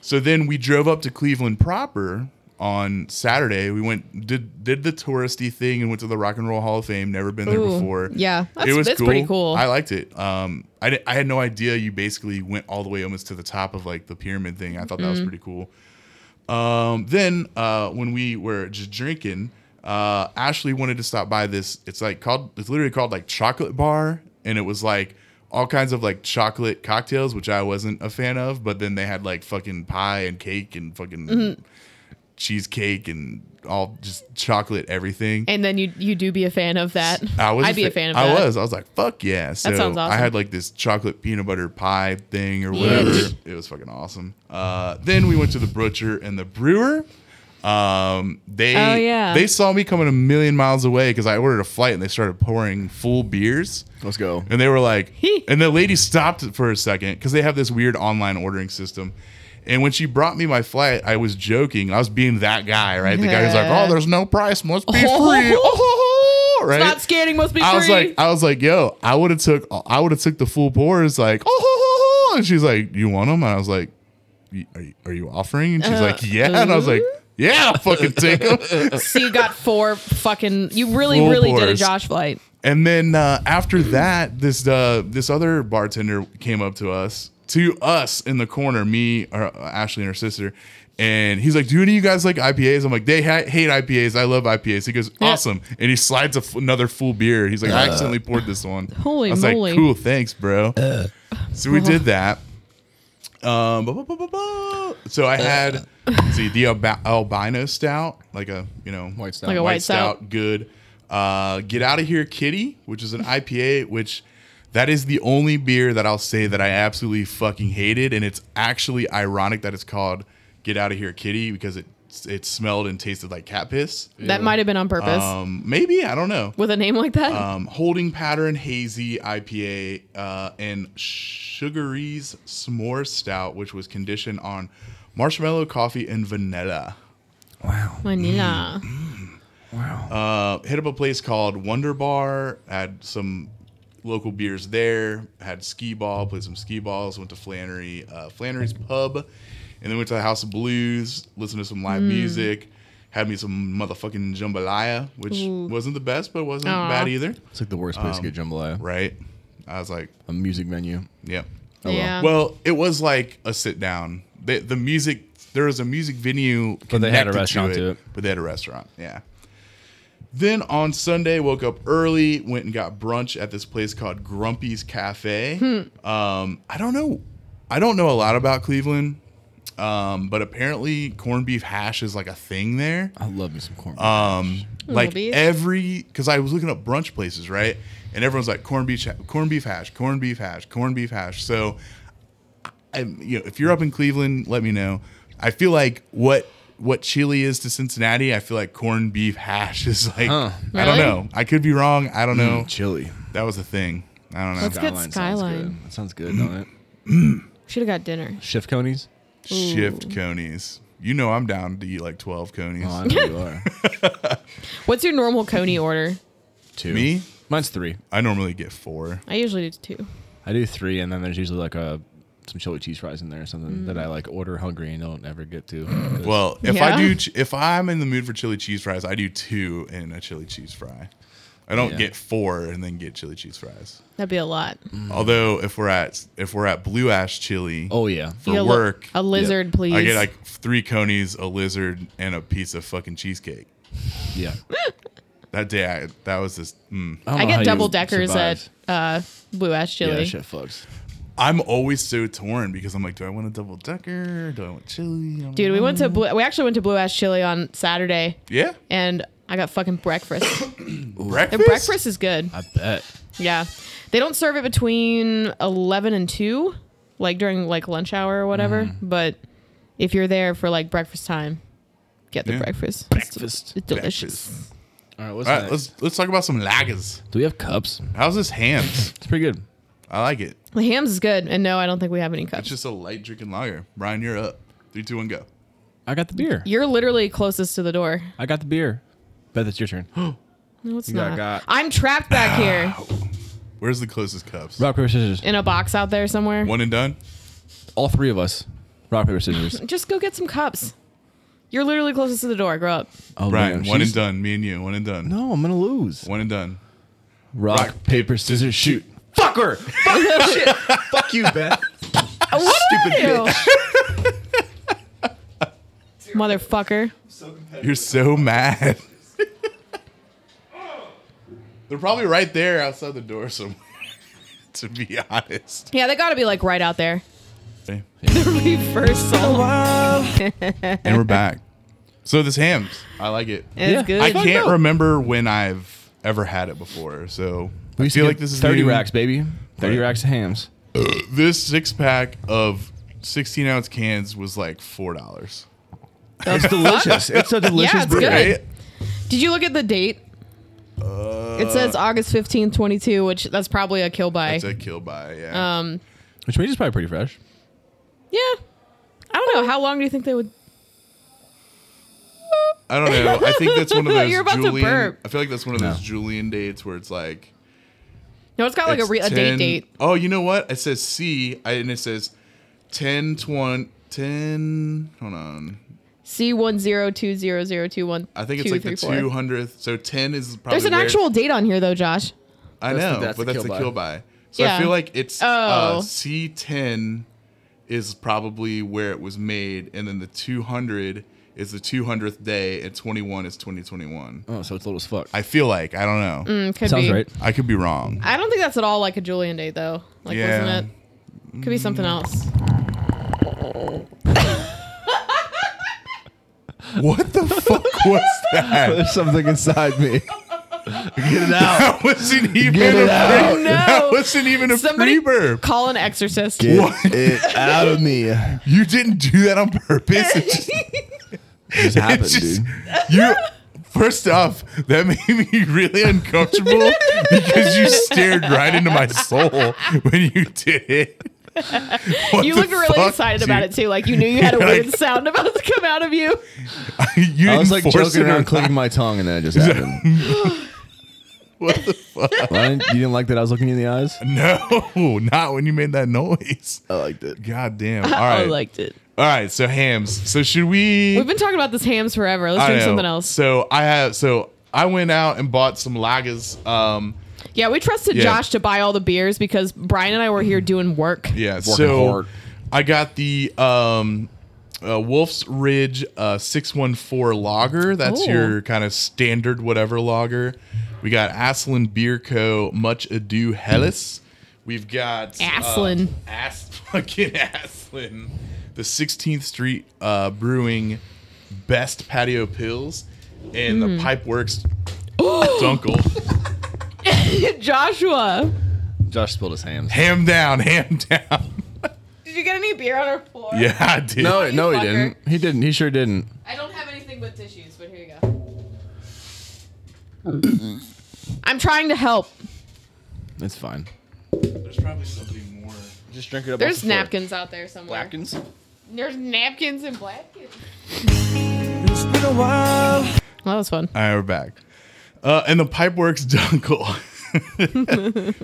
Speaker 2: So then we drove up to Cleveland proper, on Saturday. We went did did the touristy thing and went to the Rock and Roll Hall of Fame. Never been there
Speaker 3: Ooh,
Speaker 2: before.
Speaker 3: yeah. That's- that's pretty cool.
Speaker 2: I liked it. Um, I di- I had no idea you basically went all the way almost to the top of like the pyramid thing. I thought that was
Speaker 3: Mm.
Speaker 2: pretty cool. Um, then uh, when we were just drinking, uh, Ashley wanted to stop by this. It's like called. It's literally called like chocolate bar, and it was like all kinds of like chocolate cocktails, which I wasn't a fan of. But then they had like fucking pie and cake and fucking cheesecake and all just chocolate everything.
Speaker 3: And then you you do be a fan of that.
Speaker 2: I was.
Speaker 3: I'd be a fan of
Speaker 2: I
Speaker 3: that.
Speaker 2: was. I was like, fuck yeah. So
Speaker 3: sounds awesome.
Speaker 2: I had like this chocolate peanut butter pie thing or whatever. it was fucking awesome. Uh, then we went to the butcher and the brewer. Um, they
Speaker 3: Oh, yeah.
Speaker 2: they saw me coming a million miles away because I ordered a flight and they started pouring full beers.
Speaker 1: Let's go.
Speaker 2: And they were like, and the lady stopped for a second because they have this weird online ordering system. And when she brought me my flight, I was joking. I was being that guy, right? The guy who's like, "Oh, there's no price, must be free." Oh, right?
Speaker 3: Stop scanning must be
Speaker 2: I was
Speaker 3: free.
Speaker 2: like, I was like, yo, I would have took, I would have took the full pours, like, oh, ho, ho, ho. and she's like, you want them? And I was like, "Y- are you, are you offering? And she's like,
Speaker 3: Uh-huh.
Speaker 2: yeah, and I was like, yeah, I'll fucking take them.
Speaker 3: so you got four fucking. You really
Speaker 2: Full
Speaker 3: really did a
Speaker 2: pours.
Speaker 3: Josh flight.
Speaker 2: And then uh, after that, this uh, this other bartender came up to us, to us in the corner, me, or uh, Ashley, and her sister, and he's like, "Do any of you guys like IPAs?" I'm like, "They ha- hate IPAs. I love IPAs." He goes, "Awesome!" And he slides a f- another full beer. He's like, "I accidentally poured this one."
Speaker 3: Holy
Speaker 2: I was
Speaker 3: moly. Oh.
Speaker 2: like, "Cool, thanks, bro." So we did that. Um, bu- bu- bu- bu- bu- so I had let's see the alba- albino stout, like a you know
Speaker 1: White stout.
Speaker 3: Like a
Speaker 2: white,
Speaker 3: white
Speaker 2: stout.
Speaker 3: stout.
Speaker 2: good. Uh, Get out of here, Kitty, which is an IPA, which that is the only beer that I'll say that I absolutely fucking hated, and it's actually ironic that it's called Get Out of Here, Kitty, because it it smelled and tasted like cat piss.
Speaker 3: That might have been on purpose.
Speaker 2: Um, maybe I don't know.
Speaker 3: With a name like that,
Speaker 2: Um, holding pattern hazy IPA uh, and Sugary's s'more stout, which was conditioned on marshmallow, coffee, and vanilla.
Speaker 3: Manila.
Speaker 2: mm-hmm. Uh, hit up a place called Wonder Bar. Had some local beers there. Had skee ball. Played some skee balls. Went to Flannery, uh, Flannery's Pub, and then went to the House of Blues. Listened to some live music. Had me some motherfucking jambalaya, which wasn't the best, but wasn't
Speaker 3: Aw.
Speaker 2: bad either.
Speaker 1: It's like the worst place to get jambalaya.
Speaker 2: Right? I was like,
Speaker 1: A music menu.
Speaker 2: yep.
Speaker 1: Oh, well.
Speaker 3: yeah.
Speaker 2: Well, it was like a sit down. The, the music, there was a music venue,
Speaker 1: But they had a
Speaker 2: connected
Speaker 1: restaurant to it.
Speaker 2: But they had a restaurant, yeah. Then on Sunday, woke up early, went and got brunch at this place called Grumpy's Cafe. Um, I don't know, I don't know a lot about Cleveland, um, but apparently corned beef hash is like a thing there.
Speaker 1: I love me some corn.
Speaker 2: Um, like
Speaker 3: beef.
Speaker 2: every because I was looking up brunch places, right? And everyone's like corned beef, corned beef hash, corned beef hash, corned beef hash. So, I, you know, if you're up in Cleveland, let me know. I feel like what what chili is to Cincinnati, I feel like corned beef hash is like I don't
Speaker 3: Really?
Speaker 2: know. I could be wrong. I don't know.
Speaker 1: chili.
Speaker 2: That was a thing. I don't know.
Speaker 3: Let's- It's good
Speaker 1: Sounds
Speaker 3: skyline.
Speaker 1: good. That sounds good, don't it?
Speaker 3: Should have got dinner.
Speaker 1: Chef Coney's?
Speaker 2: Shift conies. You know I'm down to eat like twelve conies.
Speaker 1: Oh, I know you are.
Speaker 3: What's your normal Coney order?
Speaker 1: Two.
Speaker 2: me,
Speaker 1: Mine's three.
Speaker 2: I normally get four.
Speaker 3: I usually do two.
Speaker 1: I do three, and then there's usually like a some chili cheese fries in there or something
Speaker 3: Mm.
Speaker 1: that I like order hungry and don't ever get to. 'Cause
Speaker 2: Well, if I
Speaker 3: Yeah.
Speaker 2: do, ch- if I'm in the mood for chili cheese fries, I do two in a chili cheese fry. I don't
Speaker 1: Yeah.
Speaker 2: get four and then get chili cheese fries.
Speaker 3: That'd be a lot.
Speaker 2: Mm, Although if we're at if we're at Blue Ash Chili
Speaker 1: oh yeah,
Speaker 2: for
Speaker 3: You get a li-
Speaker 2: work,
Speaker 3: A lizard, please.
Speaker 2: I get like three conies, a lizard, and a piece of fucking cheesecake.
Speaker 1: yeah.
Speaker 2: That day, I, that was this. Mm.
Speaker 1: don't
Speaker 3: I
Speaker 1: know how
Speaker 3: get
Speaker 1: you
Speaker 3: double deckers
Speaker 1: survive.
Speaker 3: at uh, Blue Ash
Speaker 1: yeah.
Speaker 3: Chili.
Speaker 1: that Shit fucks.
Speaker 2: I'm always so torn because I'm like, do I want a double decker? Do I want chili? I don't
Speaker 3: Dude, we
Speaker 2: know.
Speaker 3: went to Blue, we actually went to Blue Ash Chili on Saturday,
Speaker 2: yeah
Speaker 3: and I got fucking breakfast. Their
Speaker 2: breakfast.
Speaker 3: breakfast is good.
Speaker 1: I bet.
Speaker 3: Yeah, they don't serve it between eleven and two, like during like lunch hour or whatever.
Speaker 2: Mm-hmm.
Speaker 3: But if you're there for like breakfast time, get the
Speaker 2: Yeah.
Speaker 3: breakfast.
Speaker 1: Breakfast.
Speaker 3: It's delicious.
Speaker 1: All right, what's
Speaker 2: All right,
Speaker 1: next?
Speaker 2: let's let's talk about some lagers.
Speaker 1: Do we have cups?
Speaker 2: How's this hams?
Speaker 1: It's pretty good.
Speaker 2: I like it.
Speaker 3: The hams is good, and no, I don't think we have any cups.
Speaker 2: It's just a light drinking lager. Brian, you're up. Three, two, one, go.
Speaker 1: I got the beer.
Speaker 3: You're literally closest to the door.
Speaker 1: I got the beer. Bet it's your turn.
Speaker 3: No, it's
Speaker 1: You got-
Speaker 3: not.
Speaker 1: got-
Speaker 3: I'm trapped back here
Speaker 2: Where's the closest cups?
Speaker 1: Rock paper scissors.
Speaker 3: in a box out there somewhere.
Speaker 2: One and done.
Speaker 1: All three of us. Rock paper scissors.
Speaker 3: Just go get some cups. You're literally closest to the door. Grow up.
Speaker 1: Oh,
Speaker 2: Brian,
Speaker 1: man,
Speaker 2: one
Speaker 1: she's-
Speaker 2: and done. Me and you, one and done.
Speaker 1: No, I'm gonna lose.
Speaker 2: One and done.
Speaker 1: Rock, paper, scissors, shoot. Fuck her. Fuck that shit. Fuck you, Beth.
Speaker 3: Stupid bitch. Motherfucker.
Speaker 2: You're so mad. They're probably right there outside the door somewhere. to be honest.
Speaker 3: Yeah, they gotta be like right out there.
Speaker 2: Okay.
Speaker 3: The reversal.
Speaker 2: And we're back. So this hams, I like it.
Speaker 3: It's
Speaker 1: Yeah.
Speaker 3: good.
Speaker 2: I
Speaker 1: Fuck
Speaker 2: can't
Speaker 1: no.
Speaker 2: remember when I've ever had it before. So I feel like this is
Speaker 1: thirty
Speaker 2: new.
Speaker 1: racks, baby. Thirty
Speaker 2: Right.
Speaker 1: racks of hams.
Speaker 2: This six pack of 16 ounce cans was like four dollars.
Speaker 1: It's delicious. It's a delicious
Speaker 3: Yeah, it's
Speaker 1: brew.
Speaker 3: good.
Speaker 2: Right?
Speaker 3: Did you look at the date? it says August 15, 22, which that's probably a kill by.
Speaker 2: It's a kill by. Yeah.
Speaker 3: Um,
Speaker 1: Which means it's probably pretty fresh.
Speaker 3: yeah. I don't know. How long do you think they would?
Speaker 2: I don't know. I think that's one of those
Speaker 3: You're about to
Speaker 2: Julian.
Speaker 3: burp.
Speaker 2: I feel like that's one of
Speaker 1: No.
Speaker 2: those Julian dates where it's like
Speaker 3: No, it's got Oh, like a,
Speaker 2: It's
Speaker 3: re- a date
Speaker 2: 10
Speaker 3: date.
Speaker 2: Oh, you know what? It says C, I- and it says 10, 20, 10, hold on.
Speaker 3: C one zero two zero zero two one.
Speaker 2: I think it's like the 200th. So 10 is probably
Speaker 3: There's an
Speaker 2: where-
Speaker 3: actual date on here though, Josh.
Speaker 2: I
Speaker 1: That's the-
Speaker 2: know,
Speaker 1: that's
Speaker 2: but
Speaker 1: the
Speaker 2: that's the
Speaker 1: kill
Speaker 2: kill by. So
Speaker 3: Yeah.
Speaker 2: I feel like it's
Speaker 3: Oh.
Speaker 2: uh, C10 is probably where it was made, and then the 200 is the 200th day, and 21 is 2021.
Speaker 1: Oh, so it's little as fuck.
Speaker 2: I feel like. I don't know.
Speaker 3: Mm, could
Speaker 1: Sounds
Speaker 3: be.
Speaker 1: right.
Speaker 2: I could be wrong.
Speaker 3: I don't think that's at all like a Julian date though. Like,
Speaker 2: Yeah. Mm.
Speaker 3: wasn't it? Could be something else.
Speaker 2: What the fuck was that?
Speaker 1: There's something inside me. Get it out.
Speaker 2: That wasn't even
Speaker 1: Get
Speaker 2: a
Speaker 1: it out.
Speaker 2: free-
Speaker 3: No.
Speaker 2: That wasn't even a
Speaker 3: Somebody
Speaker 2: free burp.
Speaker 3: call an exorcist.
Speaker 1: Get
Speaker 2: What?
Speaker 1: it out of me.
Speaker 2: You didn't do that on purpose. It just, it
Speaker 1: This happened,
Speaker 2: just-
Speaker 1: dude.
Speaker 2: you. First off, that made me really uncomfortable because you stared right into my soul when you did it. What
Speaker 3: you
Speaker 2: the
Speaker 3: looked really
Speaker 2: fuck,
Speaker 3: excited about
Speaker 2: dude?
Speaker 3: it too. Like you knew you had a
Speaker 2: You're like-
Speaker 3: weird sound about to come out of you.
Speaker 2: you
Speaker 1: I was
Speaker 2: didn't
Speaker 1: like
Speaker 2: force
Speaker 1: joking
Speaker 2: it
Speaker 1: around,
Speaker 2: around.
Speaker 1: clicking my tongue, and then it just happened.
Speaker 2: What the fuck?
Speaker 1: Ryan, you didn't like that I was looking you in the eyes?
Speaker 2: No, not when you made that noise.
Speaker 1: I liked it.
Speaker 2: God damn. All right.
Speaker 3: I liked it.
Speaker 2: All right. So, hams. So, should we.
Speaker 3: We've been talking about this hams forever. Let's
Speaker 2: I
Speaker 3: drink
Speaker 2: know.
Speaker 3: something else.
Speaker 2: So, I have. So, I went out and bought some lagers. Um,
Speaker 3: Yeah, we trusted
Speaker 2: Yeah.
Speaker 3: Josh to buy all the beers because Brian and I were here doing work.
Speaker 2: Yeah,
Speaker 1: Working
Speaker 2: so
Speaker 1: hard.
Speaker 2: I got the um, uh, Wolf's Ridge uh, 614 lager. That's
Speaker 3: Ooh.
Speaker 2: your kind of standard whatever lager. We got Aslan Beer Co. Much Ado Hellas. We've got uh,
Speaker 3: Aslan.
Speaker 2: As- fucking Aslan. The 16th Street uh, Brewing Best Patio Pills and the Pipeworks Dunkel.
Speaker 3: Joshua,
Speaker 1: Josh spilled his hands.
Speaker 2: Ham down, ham down.
Speaker 3: did you get any beer on our floor?
Speaker 2: Yeah, I did.
Speaker 1: No, no, he
Speaker 3: fucker.
Speaker 1: didn't. He didn't. He sure didn't.
Speaker 3: I don't have anything but tissues, but here you go. Hmm. I'm trying to help.
Speaker 1: It's fine.
Speaker 2: There's probably something more.
Speaker 1: Just drink it up.
Speaker 3: There's napkins out there somewhere.
Speaker 1: Napkins.
Speaker 3: There's napkins and blankets. Well, that was fun.
Speaker 2: All right, we're back. Uh, and the Pipeworks Dunkel.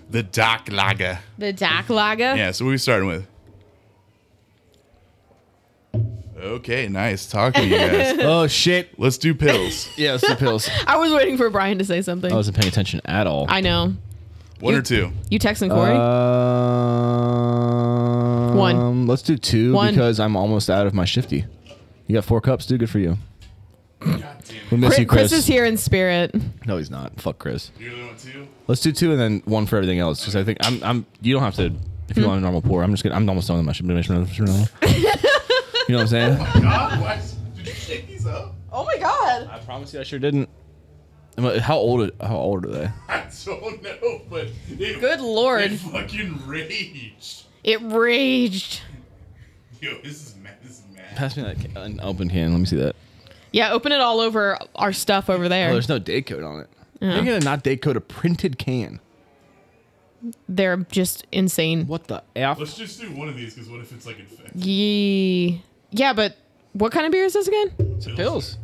Speaker 2: the Doc Lager.
Speaker 3: The Doc Lager.
Speaker 2: Yeah, so what are we starting with? Okay, nice. Talking to you guys.
Speaker 1: Oh shit.
Speaker 2: Let's do pills.
Speaker 1: Yeah, it's the pills.
Speaker 3: I was waiting for Brian to say something.
Speaker 1: I wasn't paying attention at all.
Speaker 3: I know.
Speaker 2: One or two.
Speaker 3: You texting Corey?
Speaker 1: Uh, Um,
Speaker 3: One.
Speaker 1: Let's do two
Speaker 3: One.
Speaker 1: because I'm almost out of my shifty. You got four cups, dude. Good for you. We miss
Speaker 3: Chris,
Speaker 1: you, Chris.
Speaker 3: Chris is here in spirit.
Speaker 1: No, he's not. Fuck Chris.
Speaker 2: You really want two?
Speaker 1: Let's do two and then one for everything else. Because I think I'm. I'm. You don't have to. If
Speaker 3: Hmm.
Speaker 1: you want a normal pour, I'm just gonna. I'm almost done with my shifty. You know what I'm saying?
Speaker 2: God, why? Did you shake these up?
Speaker 3: Oh my god.
Speaker 1: I promise you, I sure didn't. Am I- How old? How old are they?
Speaker 2: I don't know, but it,
Speaker 3: Good lord.
Speaker 2: fucking raged.
Speaker 3: It raged.
Speaker 2: Yo, this is mad. This is mad.
Speaker 1: Pass me that ca- an open can. Let me see that.
Speaker 3: Yeah, open it all over our stuff over
Speaker 1: Oh,
Speaker 3: there.
Speaker 1: there's no date code on it. You're gonna not date code a printed can.
Speaker 3: They're just insane.
Speaker 1: What the f?
Speaker 2: just do one of these because what if it's like infected?
Speaker 3: Yee. Yeah, but what kind of beer is this again?
Speaker 1: It's pills.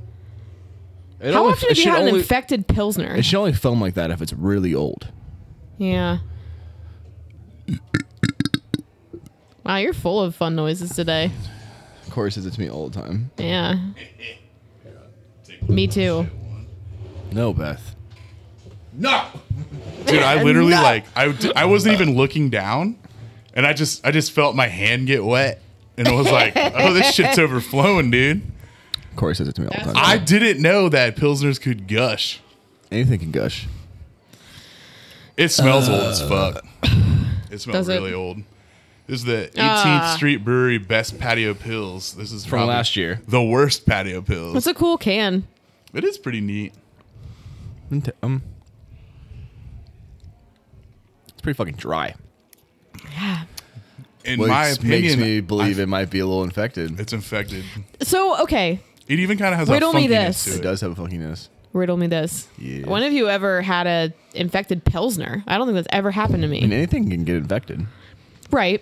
Speaker 1: It
Speaker 3: How
Speaker 1: only-
Speaker 3: often
Speaker 1: it
Speaker 3: have you
Speaker 1: should
Speaker 3: had an
Speaker 1: only-
Speaker 3: infected pilsner?
Speaker 1: It should only foam like that if it's really old.
Speaker 3: Yeah. Wow, you're full of fun noises today.
Speaker 1: Corey says it to me all the time.
Speaker 3: Yeah. Me too.
Speaker 1: No, Beth.
Speaker 2: No, dude, I literally like I d- I wasn't even looking down, and I just I just felt my hand get wet, and I was like, oh, this shit's overflowing, dude.
Speaker 1: Corey says it to me all the time.
Speaker 2: I didn't know that pilsners could gush.
Speaker 1: Anything can gush.
Speaker 2: It smells old
Speaker 1: Uh,
Speaker 2: as fuck. It smells
Speaker 3: Does it?
Speaker 2: really old. This is the 18th
Speaker 3: Ah.
Speaker 2: Street Brewery Best Patio Pills. This is
Speaker 1: From
Speaker 2: probably
Speaker 1: last year.
Speaker 2: The worst patio pills.
Speaker 3: That's a cool can.
Speaker 2: it is pretty neat.
Speaker 1: Int- Um, it's pretty fucking dry.
Speaker 2: In
Speaker 1: Which
Speaker 2: my opinion,
Speaker 1: makes me believe it might be a little infected.
Speaker 2: it's infected.
Speaker 3: So okay,
Speaker 2: It even kind of has
Speaker 3: Riddle
Speaker 2: a
Speaker 3: me
Speaker 2: funkiness
Speaker 3: this.
Speaker 2: to
Speaker 1: It
Speaker 2: it.
Speaker 1: does have a funkiness.
Speaker 3: riddle me this.
Speaker 1: Yeah.
Speaker 3: When have you ever had a infected pilsner? I don't think that's ever happened to
Speaker 1: I mean,
Speaker 3: me.
Speaker 1: anything can get infected.
Speaker 3: Right.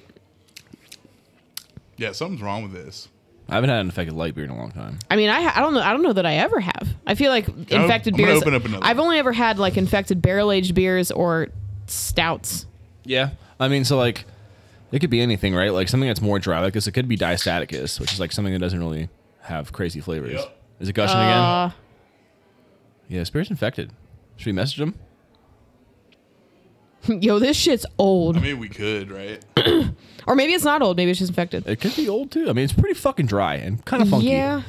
Speaker 2: Yeah, something's wrong with this.
Speaker 1: I haven't had an infected light beer in a long time.
Speaker 3: I mean, I ha- I don't know. I don't know that I ever have. I feel like infected
Speaker 2: Oh, I'm gonna
Speaker 3: beers.
Speaker 2: open up another
Speaker 3: I've
Speaker 2: one.
Speaker 3: only ever had like infected barrel aged beers or stouts.
Speaker 1: Yeah. I mean, so like, it could be anything, right? Like something that's more dry like this. It could be diastaticus, which is like something that doesn't really have crazy flavors.
Speaker 2: Yep.
Speaker 1: Is it gushing
Speaker 3: Uh,
Speaker 1: again? Yeah, spirit's infected. Should we message him?
Speaker 3: yo, this shit's old.
Speaker 2: I mean, we could, right?
Speaker 3: or maybe it's not old. Maybe it's just infected.
Speaker 1: It could be old too. I mean, it's pretty fucking dry and kind of funky.
Speaker 3: Yeah.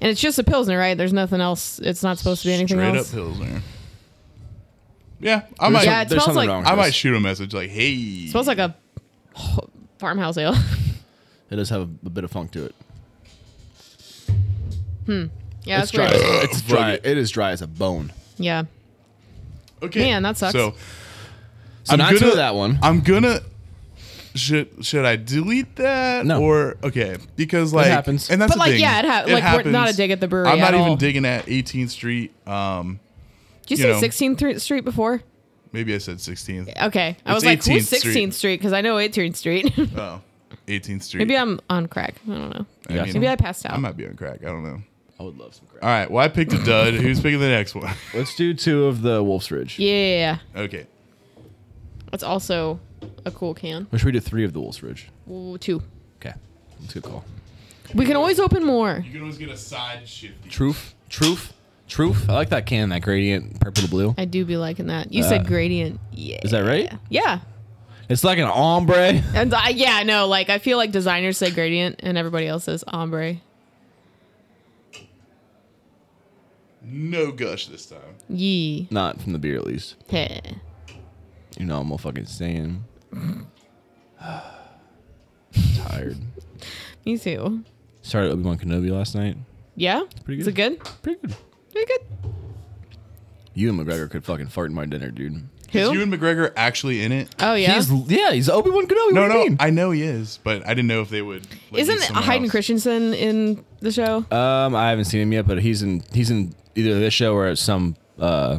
Speaker 3: And it's just a pilsner, right? There's nothing else. It's not supposed to be anything
Speaker 2: Straight
Speaker 3: else.
Speaker 2: up pilsner. Yeah, I
Speaker 1: There's
Speaker 2: might.
Speaker 3: Yeah,
Speaker 1: some- there's
Speaker 3: it smells
Speaker 1: something
Speaker 3: like-
Speaker 1: wrong with
Speaker 2: I might
Speaker 1: this.
Speaker 2: shoot a message like, "Hey,
Speaker 3: smells like a farmhouse ale.
Speaker 1: It does have a, a bit of funk to it.
Speaker 3: yeah, that's
Speaker 1: it's dry.
Speaker 3: weird.
Speaker 1: It's
Speaker 2: Fuck
Speaker 1: dry.
Speaker 2: it.
Speaker 1: It is dry as a bone.
Speaker 3: Yeah.
Speaker 2: okay,
Speaker 3: Man, that sucks.
Speaker 2: So
Speaker 1: So not two of that one.
Speaker 2: I'm gonna. Should should I delete that?
Speaker 1: No.
Speaker 2: Or okay, because like
Speaker 1: happens.
Speaker 2: and that's
Speaker 3: But,
Speaker 2: the
Speaker 3: like,
Speaker 2: thing.
Speaker 3: yeah, it ha- like, we're not a dig at the brewery
Speaker 2: I'm not
Speaker 3: at
Speaker 2: even
Speaker 3: all.
Speaker 2: digging at 18th Street. Um,
Speaker 3: Did
Speaker 2: You
Speaker 3: you,
Speaker 2: know.
Speaker 3: say 16th thre- Street before?
Speaker 2: maybe I said 16th.
Speaker 3: Okay. I
Speaker 2: It's
Speaker 3: was like, who's
Speaker 2: 18th
Speaker 3: 16th Street? Because I know 18th Street.
Speaker 2: Oh, 18th Street.
Speaker 3: Maybe I'm on crack. I don't know.
Speaker 1: Yeah.
Speaker 3: Maybe I passed out.
Speaker 2: I might be on crack. I don't know.
Speaker 1: I would love some crap.
Speaker 2: All right. Well, I picked a dud. Who's picking the next one?
Speaker 1: Let's do two of the Wolf's Ridge.
Speaker 3: yeah.
Speaker 2: Okay.
Speaker 3: That's also a cool can.
Speaker 1: Or should we do three of the Wolf's Ridge?
Speaker 3: Ooh, two.
Speaker 1: Okay. That's a good call.
Speaker 3: We can always open more.
Speaker 2: You can always get a side shifty.
Speaker 1: Truth. Truth. Truth. I like that can, that gradient purple to blue.
Speaker 3: I do be liking that. You
Speaker 1: Uh,
Speaker 3: said gradient. Yeah.
Speaker 1: Is that right?
Speaker 3: Yeah.
Speaker 1: It's like an ombre.
Speaker 3: And I, yeah, no, like I feel like designers say gradient and everybody else says ombre.
Speaker 2: No gush this time.
Speaker 3: Yee.
Speaker 1: Not from the beer, at least.
Speaker 3: Heh.
Speaker 1: You know, I'm all fucking saying. tired.
Speaker 3: Me too.
Speaker 1: Started Obi Wan Kenobi last night.
Speaker 3: Yeah?
Speaker 1: pretty
Speaker 3: Is it good?
Speaker 1: Pretty good.
Speaker 3: Pretty good.
Speaker 1: You and McGregor could fucking fart in my dinner, dude.
Speaker 2: Is
Speaker 3: Who?
Speaker 2: you and McGregor actually in it?
Speaker 3: oh yeah.
Speaker 1: He's yeah, he's Obi Wan Kenobi.
Speaker 2: No,
Speaker 1: what do you
Speaker 2: no,
Speaker 1: mean?
Speaker 2: I know he is, but I didn't know if they would. let
Speaker 3: Isn't
Speaker 2: use someone
Speaker 3: Hayden
Speaker 2: else.
Speaker 3: Christensen in the show?
Speaker 1: um, I haven't seen him yet, but he's in he's in either this show or some uh,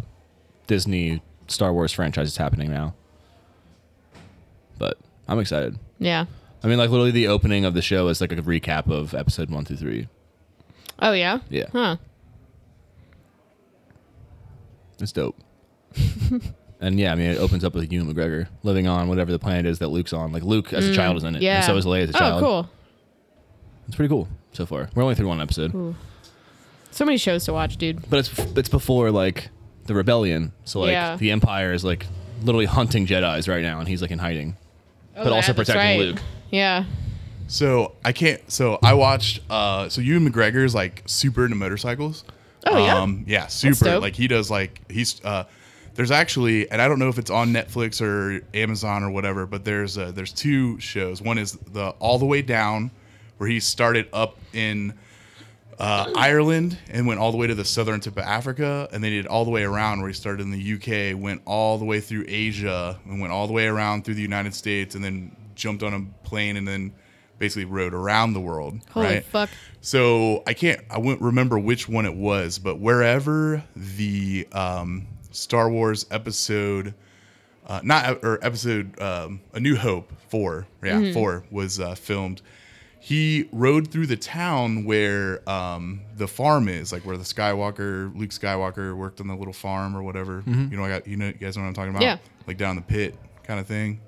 Speaker 1: Disney Star Wars franchise that's happening now. But I'm excited.
Speaker 3: yeah.
Speaker 1: I mean, like literally, the opening of the show is like a recap of episode one through three.
Speaker 3: Oh yeah.
Speaker 1: Yeah.
Speaker 3: Huh.
Speaker 1: It's dope. and yeah, I mean, it opens up with Ewan McGregor living on whatever the planet is that Luke's on. Like Luke as a child is in it,
Speaker 3: Mm, Yeah.
Speaker 1: and so is Leia as a
Speaker 3: Oh,
Speaker 1: child.
Speaker 3: cool.
Speaker 1: It's pretty cool so far. We're only through one episode,
Speaker 3: So many shows to watch, dude.
Speaker 1: but it's it's before like the rebellion. So like
Speaker 3: Yeah.
Speaker 1: the Empire is like literally hunting Jedi's right now, and he's like in hiding.
Speaker 3: Oh,
Speaker 1: But also
Speaker 3: that's
Speaker 1: protecting Luke.
Speaker 3: Yeah.
Speaker 2: So I can't. So I watched. uh So Ewan McGregor is like super into motorcycles. Um,
Speaker 3: Oh, yeah?
Speaker 2: yeah, super.
Speaker 3: dope.
Speaker 2: Like he does. Like he's. uh There's actually, and I don't know if it's on Netflix or Amazon or whatever, but there's uh, there's two shows. One is the All the Way Down, where he started up in uh, Ireland and went all the way to the southern tip of Africa, and they did all the way around where he started in the UK, went all the way through Asia, and went all the way around through the United States, and then jumped on a plane and then basically rode around the world.
Speaker 3: Holy
Speaker 2: right?
Speaker 3: fuck.
Speaker 2: So I can't, I wouldn't remember which one it was, but wherever the um, Star Wars episode uh, not or episode um, A New Hope four, yeah, four was uh, filmed. He rode through the town where um, the farm is, like where the Skywalker, Luke Skywalker, worked on the little farm or whatever. You know, I got you know, you guys know what I'm talking about,
Speaker 3: Yeah.
Speaker 2: like down the pit kind of thing.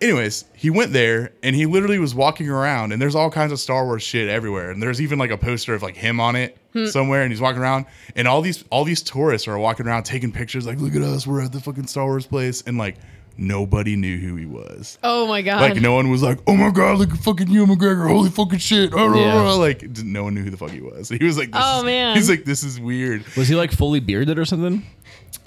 Speaker 2: Anyways, he went there and he literally was walking around and there's all kinds of Star Wars shit everywhere. And there's even like a poster of like him on it
Speaker 3: Hmm.
Speaker 2: somewhere and he's walking around and all these all these tourists are walking around taking pictures like look at us, we're at the fucking Star Wars place and like nobody knew who he was.
Speaker 3: Oh my god.
Speaker 2: Like no one was like, "Oh my god, look at fucking you, McGregor! Holy fucking shit!"
Speaker 1: Yeah.
Speaker 2: Like d- no one knew who the fuck he was. He was like, this
Speaker 3: Oh,
Speaker 2: is-
Speaker 3: man.
Speaker 2: he's like, this is weird."
Speaker 1: Was he like fully bearded or something?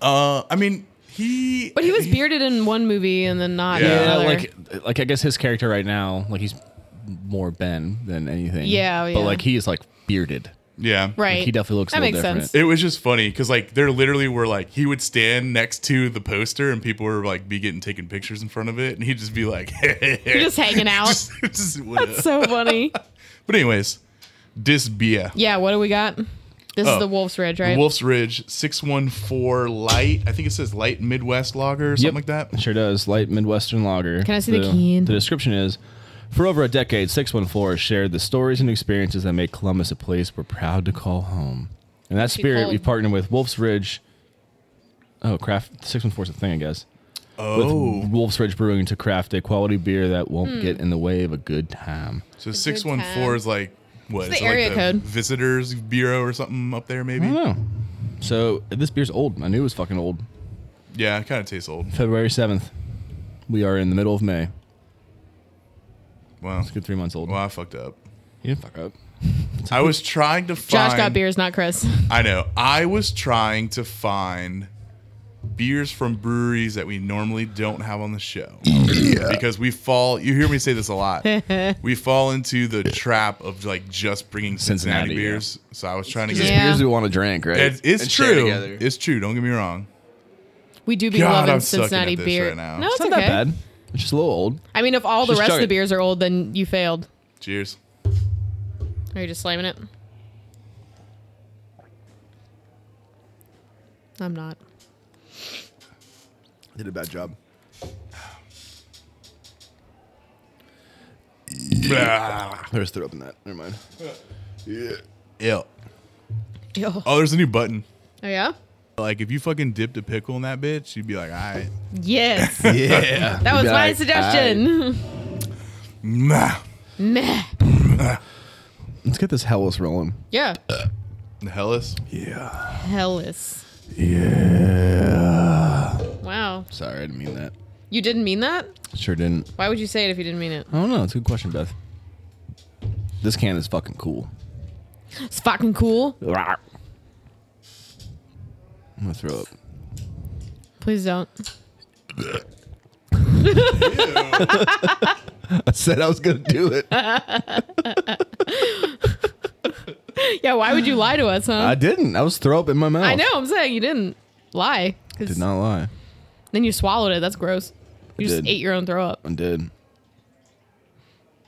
Speaker 2: Uh, I mean, he
Speaker 3: but he was bearded in one movie and then not.
Speaker 2: Yeah,
Speaker 3: in another.
Speaker 1: like like I guess his character right now, like he's more Ben than anything.
Speaker 3: Yeah, oh,
Speaker 1: but
Speaker 3: yeah.
Speaker 1: like he's like bearded.
Speaker 2: yeah,
Speaker 3: right.
Speaker 1: Like, he definitely looks a
Speaker 3: That
Speaker 1: little
Speaker 3: makes
Speaker 1: different.
Speaker 3: sense.
Speaker 2: It was just funny because like there literally were like he would stand next to the poster and people were like be getting taken pictures in front of it and he'd just be like,
Speaker 3: You're just hanging out.
Speaker 2: just, just what up?
Speaker 3: so funny.
Speaker 2: But anyways, Disbia.
Speaker 3: Yeah. What do we got? This
Speaker 2: Oh.
Speaker 3: is the Wolf's Ridge, right?
Speaker 2: Wolf's Ridge, six one four light. I think it says light Midwest lager or something like that.
Speaker 1: Sure does. Light Midwestern lager.
Speaker 3: Can I see the can?
Speaker 1: The description is For over a decade, 614 has shared the stories and experiences that make Columbus a place we're proud to call home. In that
Speaker 3: be
Speaker 1: spirit,
Speaker 3: cold.
Speaker 1: we've partnered with Wolf's Ridge. Oh, craft 614 is a thing, I guess.
Speaker 2: Oh,
Speaker 1: With Wolf's Ridge Brewing to craft a quality beer that
Speaker 3: Hmm.
Speaker 1: won't get in the way of a good time.
Speaker 2: so
Speaker 3: good
Speaker 2: six one four
Speaker 3: time.
Speaker 2: is like what?
Speaker 3: It's
Speaker 2: is
Speaker 3: the
Speaker 2: it like
Speaker 3: area code.
Speaker 2: Visitors Bureau or something up there maybe.
Speaker 1: I don't know. So, this beer's old. I knew it was fucking old.
Speaker 2: Yeah, it kind of tastes old.
Speaker 1: February 7th. We are in the middle of May.
Speaker 2: Wow.
Speaker 1: It's a good three months old.
Speaker 2: Well, I fucked up.
Speaker 1: You didn't fuck up.
Speaker 2: I was trying to find.
Speaker 3: Josh got beers, not Chris.
Speaker 2: I know. I was trying to find beers from breweries that we normally don't have on the show. Because we fall, you hear me say this a lot. we fall into the trap of like just bringing Cincinnati,
Speaker 1: Cincinnati, yeah.
Speaker 2: beers. So I was trying to
Speaker 3: just
Speaker 2: get.
Speaker 3: Yeah.
Speaker 1: Beers we want to drink, right?
Speaker 2: It's, it's
Speaker 1: And share
Speaker 2: true.
Speaker 1: together.
Speaker 2: It's true. Don't get me wrong.
Speaker 3: We do be
Speaker 2: God,
Speaker 3: loving
Speaker 2: I'm sucking
Speaker 3: Cincinnati
Speaker 2: at this
Speaker 3: beer.
Speaker 2: right now.
Speaker 3: No, it's,
Speaker 1: It's not
Speaker 3: okay.
Speaker 1: that bad. It's just a little old.
Speaker 3: I mean, if all the
Speaker 1: Just
Speaker 3: rest
Speaker 1: chug
Speaker 3: of
Speaker 1: it.
Speaker 3: the beers are old, then you failed.
Speaker 2: Cheers.
Speaker 3: Are you just slamming it? I'm not.
Speaker 1: Did a bad job.
Speaker 2: Blah.
Speaker 1: I just threw up in that. Never mind.
Speaker 2: Ew.
Speaker 3: Oh
Speaker 2: Oh, there's a new button.
Speaker 3: yeah.
Speaker 2: Like if you fucking dipped a pickle in that bitch, you'd be like, all right.
Speaker 3: Yes,
Speaker 1: Yeah.
Speaker 3: that was my suggestion.
Speaker 2: Nah.
Speaker 3: Meh.
Speaker 1: Let's get this Hellas rolling.
Speaker 3: Yeah.
Speaker 2: The hellas.
Speaker 1: Yeah.
Speaker 3: Hellas. Yeah. Wow.
Speaker 1: Sorry, I didn't mean that.
Speaker 3: You didn't mean that?
Speaker 1: Sure didn't.
Speaker 3: Why would you say it if you didn't mean it?
Speaker 1: I don't know. It's a good question, Beth. This can is fucking cool.
Speaker 3: It's fucking cool.
Speaker 1: I'm gonna throw up.
Speaker 3: Please don't.
Speaker 1: I said I was gonna do it.
Speaker 3: Yeah, why would you lie to us,
Speaker 1: I
Speaker 3: huh?
Speaker 1: didn't. I was throw up in my mouth.
Speaker 3: I know, I'm saying you didn't lie. 'cause
Speaker 1: Did not lie.
Speaker 3: Then you swallowed it. That's gross. You just
Speaker 1: did.
Speaker 3: ate your own throw up.
Speaker 1: I did.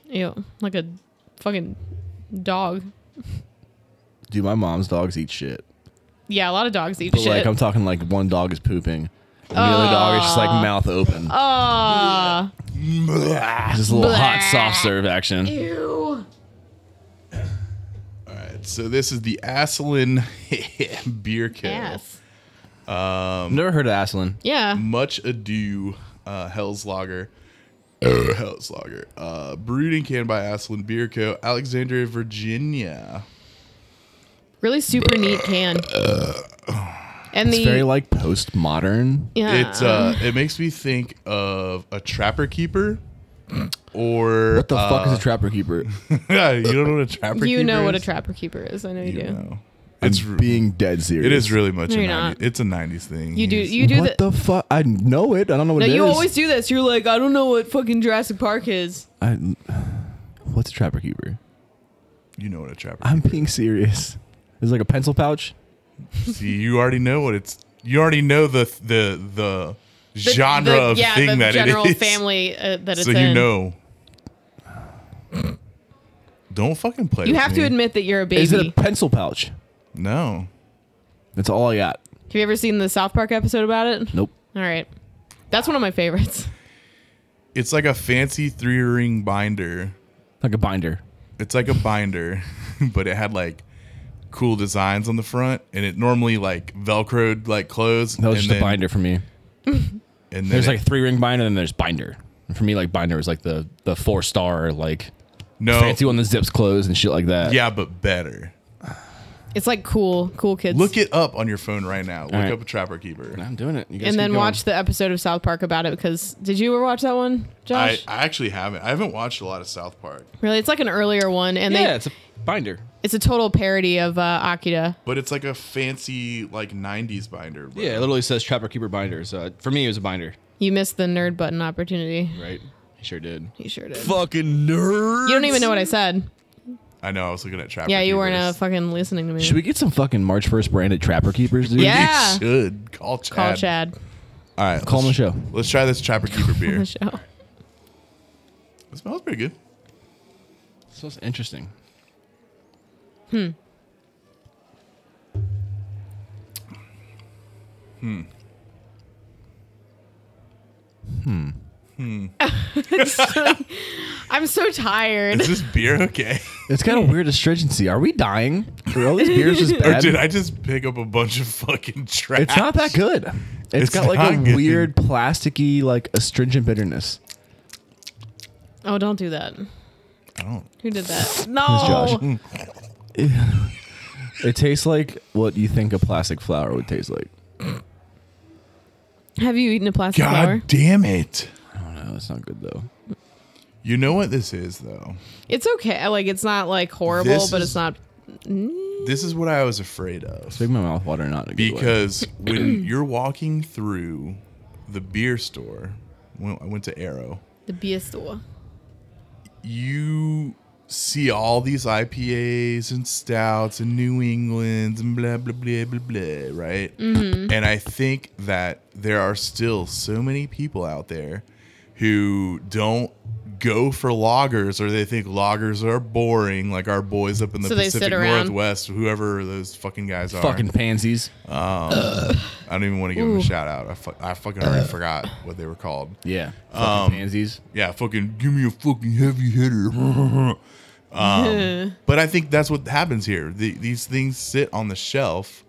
Speaker 3: Ew. Like a fucking dog.
Speaker 1: Dude, my mom's dogs eat shit.
Speaker 3: Yeah, a lot of dogs eat
Speaker 1: But
Speaker 3: shit.
Speaker 1: like, I'm talking like one dog is pooping, and the other dog is just like mouth open.
Speaker 3: Aw.
Speaker 1: Just a little hot
Speaker 3: Blah.
Speaker 1: soft serve action.
Speaker 3: Ew.
Speaker 2: So this is the Aslan Beer Kale.
Speaker 3: Ass.
Speaker 1: I've never heard of Aslan.
Speaker 3: Yeah.
Speaker 2: Much Ado uh, Hell's Lager. Er, Hell's Lager. Uh, brewed and canned by Aslan Beer Co., Alexandria, Virginia.
Speaker 3: Really super neat can. And the
Speaker 1: It's very like postmodern.
Speaker 3: yeah. um,
Speaker 2: It's uh, It makes me think of a Trapper Keeper or. uh,
Speaker 1: What the fuck is a trapper keeper?
Speaker 2: you don't know what a Trapper Keeper
Speaker 3: you know what a
Speaker 2: is?
Speaker 3: trapper keeper is. I know you,
Speaker 2: You
Speaker 3: do.
Speaker 2: know. It's,
Speaker 1: I'm
Speaker 2: r-
Speaker 1: being dead serious.
Speaker 2: it is really much
Speaker 3: No,
Speaker 2: a
Speaker 3: you're
Speaker 2: 90s.
Speaker 3: not.
Speaker 2: It's a 90s thing.
Speaker 3: You do.
Speaker 2: It's-
Speaker 3: You do
Speaker 1: what
Speaker 3: that.
Speaker 1: the fuck? I know it. I don't know what
Speaker 3: No,
Speaker 1: it is.
Speaker 3: you always do this. You're like, I don't know what fucking Jurassic Park is.
Speaker 1: I, what's a trapper keeper?
Speaker 2: you know what a Trapper
Speaker 1: I'm being serious. It's like a pencil pouch.
Speaker 2: See, you already know what it's. You already know the the the, genre
Speaker 3: the,
Speaker 2: of
Speaker 3: yeah,
Speaker 2: thing
Speaker 3: the
Speaker 2: that
Speaker 3: general
Speaker 2: it is.
Speaker 3: family uh, that it's
Speaker 2: so
Speaker 3: in.
Speaker 2: you know. Don't fucking play.
Speaker 3: You
Speaker 2: with
Speaker 3: have
Speaker 2: me.
Speaker 3: to admit that you're a baby.
Speaker 1: Is it a pencil pouch?
Speaker 2: No.
Speaker 1: That's all I got.
Speaker 3: have you ever seen the South Park episode about it?
Speaker 1: Nope.
Speaker 3: All right, that's one of my favorites.
Speaker 2: It's like a fancy three ring binder.
Speaker 1: Like a binder.
Speaker 2: It's like a binder, but it had like cool designs on the front, and it normally like velcroed like clothes.
Speaker 1: That was
Speaker 2: and
Speaker 1: just
Speaker 2: then-
Speaker 1: a binder for me.
Speaker 2: And then
Speaker 1: There's
Speaker 2: it-
Speaker 1: like three ring binder, and then there's binder. And for me, like binder was like the the four star like
Speaker 2: No.
Speaker 1: fancy one that zips closed and shit like that.
Speaker 2: Oh. Yeah, but better.
Speaker 3: It's like cool, cool kids.
Speaker 2: Look it up on your phone right now. Look
Speaker 1: right.
Speaker 2: up a Trapper Keeper.
Speaker 1: I'm doing it. You guys
Speaker 3: and
Speaker 1: keep
Speaker 3: then
Speaker 1: going.
Speaker 3: watch the episode of South Park about it because did you ever watch that one,
Speaker 2: I,
Speaker 3: Josh?
Speaker 2: I actually haven't. I haven't watched a lot of South Park,
Speaker 3: really, it's like an earlier one, and
Speaker 1: Yeah,
Speaker 3: they
Speaker 1: it's a binder.
Speaker 3: it's a total parody of uh, Akira.
Speaker 2: but it's like a fancy like '90s binder. bro.
Speaker 1: Yeah, it literally says Trapper Keeper binder. So uh, for me, it was a binder.
Speaker 3: You missed the nerd button opportunity.
Speaker 1: Right? He sure did.
Speaker 3: You sure did.
Speaker 1: Fucking nerd.
Speaker 3: You don't even know what I said.
Speaker 2: I know. I was looking at Trapper.
Speaker 3: Yeah, you weren't uh,
Speaker 2: Keepers.
Speaker 3: fucking listening to me.
Speaker 1: Should we get some fucking March first branded Trapper Keepers, dude?
Speaker 3: Yeah.
Speaker 2: You should call Chad.
Speaker 3: call Chad?
Speaker 2: All right,
Speaker 1: Call him
Speaker 2: let's-
Speaker 1: the show.
Speaker 2: Let's try this Trapper Keeper beer.
Speaker 3: The show.
Speaker 2: It smells pretty good.
Speaker 1: So it's interesting.
Speaker 3: I'm so tired.
Speaker 2: Is this beer okay?
Speaker 1: It's got a weird astringency. Are we dying? Are all these beers just
Speaker 2: or
Speaker 1: bad?
Speaker 2: did I just pick up a bunch of fucking trash?
Speaker 1: It's not that good.
Speaker 2: It's
Speaker 1: it's got like a
Speaker 2: not good.
Speaker 1: weird plasticky, like astringent bitterness.
Speaker 3: Oh, don't do that.
Speaker 2: I don't.
Speaker 3: Who did that?
Speaker 1: Josh.
Speaker 3: No.
Speaker 1: It tastes like what you think a plastic flower would taste like.
Speaker 3: Have you eaten a plastic
Speaker 2: God
Speaker 3: flower?
Speaker 2: damn it!
Speaker 1: No, that's not good though.
Speaker 2: You know what this is though.
Speaker 3: It's okay. Like it's not like horrible,
Speaker 2: This
Speaker 3: but
Speaker 2: is-
Speaker 3: it's not.
Speaker 2: This is what I was afraid of.
Speaker 1: Make my mouth water not in a good way.
Speaker 2: because when you're walking through the beer store, when I went to Arrow,
Speaker 3: The beer store.
Speaker 2: you see all these IPAs and stouts and New Englands and blah blah blah blah blah, right?
Speaker 3: Mm-hmm.
Speaker 2: And I think that there are still so many people out there who don't go for loggers or they think loggers are boring, like our boys up in the
Speaker 3: So they sit
Speaker 2: Pacific
Speaker 3: around.
Speaker 2: Northwest, whoever those fucking guys are.
Speaker 1: fucking pansies.
Speaker 2: I don't even want to give them a
Speaker 3: Ooh.
Speaker 2: shout out. I, fu- I fucking already forgot what they were called.
Speaker 1: Yeah. Fucking pansies.
Speaker 2: Yeah, fucking give me a fucking heavy hitter. um, but I think that's what happens here. The, these things sit on the shelf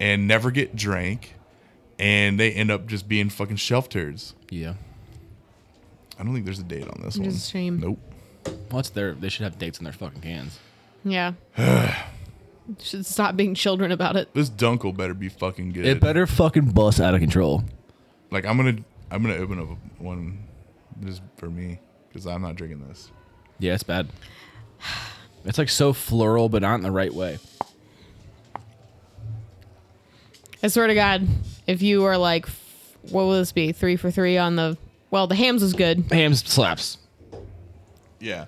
Speaker 2: and never get drank, and they end up just being fucking shelf turds.
Speaker 1: Yeah.
Speaker 2: I don't think there's a date on this
Speaker 3: Which
Speaker 2: one.
Speaker 3: is a shame.
Speaker 2: Nope.
Speaker 1: What's their? They should have dates in their fucking cans.
Speaker 3: Yeah. Should stop being children about it.
Speaker 2: This Dunkel better be fucking good.
Speaker 1: It better fucking bust out of control.
Speaker 2: Like I'm gonna, I'm gonna open up one just for me because I'm not drinking this.
Speaker 1: Yeah, it's bad. It's like so floral, but not in the right way.
Speaker 3: I swear to God, if you were like, f- what will this be? Three for three on the. Well, the hams was good.
Speaker 1: Hams slaps.
Speaker 2: Yeah.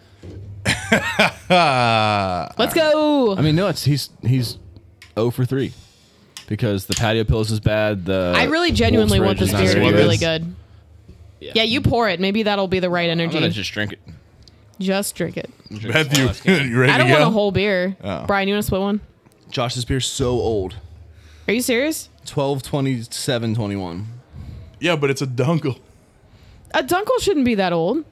Speaker 3: Let's go.
Speaker 1: I mean, no, it's he's he's zero for three because the patio pills is bad. The
Speaker 3: I really genuinely want
Speaker 1: Wolf's Ridge
Speaker 3: this beer
Speaker 1: is
Speaker 3: to
Speaker 1: not
Speaker 3: be
Speaker 1: very
Speaker 2: serious.
Speaker 3: really good.
Speaker 1: Yeah.
Speaker 3: Yeah, you pour it. Maybe that'll be the right
Speaker 1: I'm
Speaker 3: energy.
Speaker 1: gonna
Speaker 3: Just,
Speaker 1: just drink it.
Speaker 3: drink it.
Speaker 1: Drink
Speaker 2: Matthew,
Speaker 1: this whole ass can.
Speaker 2: you ready
Speaker 3: I don't
Speaker 2: to go?
Speaker 3: want a whole beer.
Speaker 2: Oh.
Speaker 3: Brian, you want to split one?
Speaker 1: Josh, this beer's so old.
Speaker 3: Are you serious?
Speaker 1: 12, 27, 21.
Speaker 2: yeah, but it's a Dunkel.
Speaker 3: A dunkel shouldn't be that old.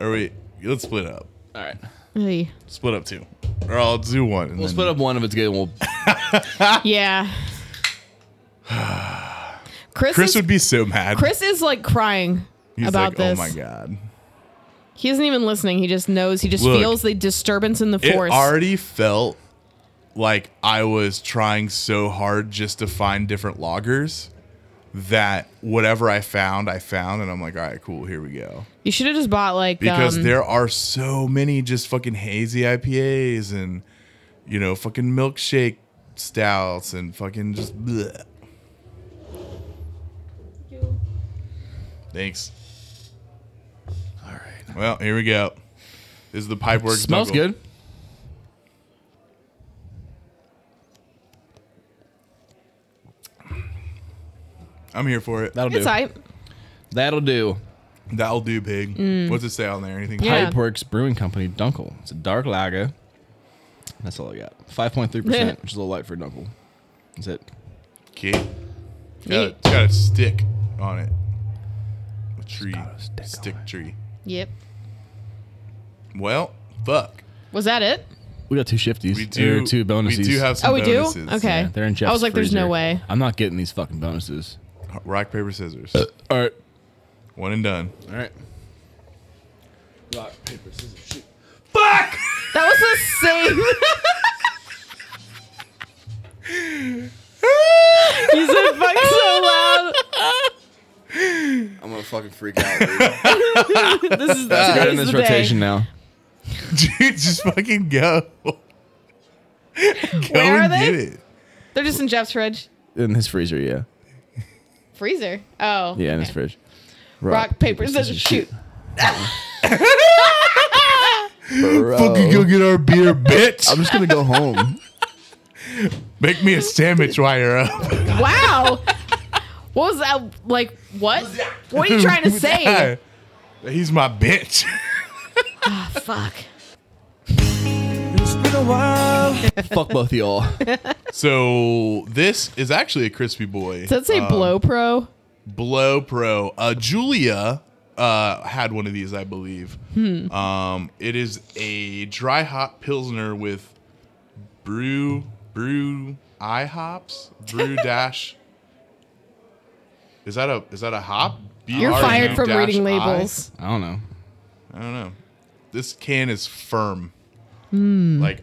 Speaker 2: Or wait, let's split up.
Speaker 1: All right.
Speaker 3: Really?
Speaker 2: Split up two. Or I'll do one. and
Speaker 1: We'll
Speaker 2: then-
Speaker 1: split up one if it's good. And we'll
Speaker 3: Yeah. Chris,
Speaker 2: Chris
Speaker 3: is,
Speaker 2: would be so mad.
Speaker 3: Chris is like crying
Speaker 2: He's
Speaker 3: about
Speaker 2: like,
Speaker 3: this.
Speaker 2: oh my god.
Speaker 3: He isn't even listening. He just knows. He just
Speaker 2: Look,
Speaker 3: feels the disturbance in the
Speaker 2: It
Speaker 3: force.
Speaker 2: already felt like I was trying so hard just to find different loggers that whatever I found, I found, and I'm like, all right, cool, here we go.
Speaker 3: you should have just bought like
Speaker 2: Because
Speaker 3: um,
Speaker 2: there are so many just fucking hazy IPAs and you know fucking milkshake stouts and fucking just. Bleh. Thanks.
Speaker 1: All right.
Speaker 2: Well, here we go. This is the pipe work.
Speaker 1: Smells
Speaker 2: Double.
Speaker 1: good.
Speaker 2: I'm here for it.
Speaker 1: That'll do.
Speaker 3: it's hype.
Speaker 1: That'll do.
Speaker 2: That'll do, pig. What's it say on there? Anything?
Speaker 3: Mm. Yeah.
Speaker 1: Pipeworks Brewing Company, Dunkel. It's a dark lager. That's all I got. 5.3%, which is a little light for Dunkel. That's it.
Speaker 2: Okay. Got, a-
Speaker 3: Neat.
Speaker 2: it's got a stick on it. A tree.
Speaker 1: got a stick on
Speaker 2: stick
Speaker 1: it.
Speaker 2: tree.
Speaker 3: Yep.
Speaker 2: Well, fuck.
Speaker 3: Was that it?
Speaker 1: We got two shifties.
Speaker 2: We do.
Speaker 1: Or two bonuses.
Speaker 2: We do have some
Speaker 3: Oh, we do?
Speaker 2: bonuses.
Speaker 3: Okay.
Speaker 1: Yeah, they're in Jeff's
Speaker 3: I was like, there's no
Speaker 1: freezer.
Speaker 3: way.
Speaker 1: I'm not getting these fucking bonuses.
Speaker 2: Rock paper scissors.
Speaker 1: Uh, All right.
Speaker 2: One and done.
Speaker 1: All right. Rock, paper, scissors, shoot.
Speaker 2: Fuck!
Speaker 3: That was the same. you said fuck so loud.
Speaker 1: I'm gonna fucking freak out. Dude.
Speaker 3: This is the,
Speaker 1: Got in this rotation now.
Speaker 2: Dude, just fucking go. go
Speaker 3: Where are
Speaker 2: and
Speaker 3: they?
Speaker 2: get it.
Speaker 3: They're just in Jeff's fridge.
Speaker 1: In his freezer, yeah,
Speaker 3: Freezer. Oh.
Speaker 1: yeah, in his
Speaker 3: okay.
Speaker 1: fridge.
Speaker 3: Rock, paper, scissors, shoot.
Speaker 1: Bro.
Speaker 2: Fucking go get our beer, bitch.
Speaker 1: I'm just gonna go home.
Speaker 2: Make me a sandwich while you're up.
Speaker 3: Wow. What was that? Like, what? What are you trying to say?
Speaker 2: He's my bitch.
Speaker 3: Fuck.
Speaker 1: Fuck both y'all.
Speaker 2: so this is actually a crispy boy.
Speaker 3: Does that say blow pro?
Speaker 2: Blow Pro. Uh, Julia uh, had one of these, I believe.
Speaker 3: Hmm.
Speaker 2: Um, it is a dry hop pilsner with brew brew i hops brew dash. Is that a is that a hop? B
Speaker 3: You're
Speaker 2: R U
Speaker 3: fired from
Speaker 2: dash
Speaker 3: reading
Speaker 2: I?
Speaker 3: labels.
Speaker 1: I don't know.
Speaker 2: I don't know. This can is firm. Like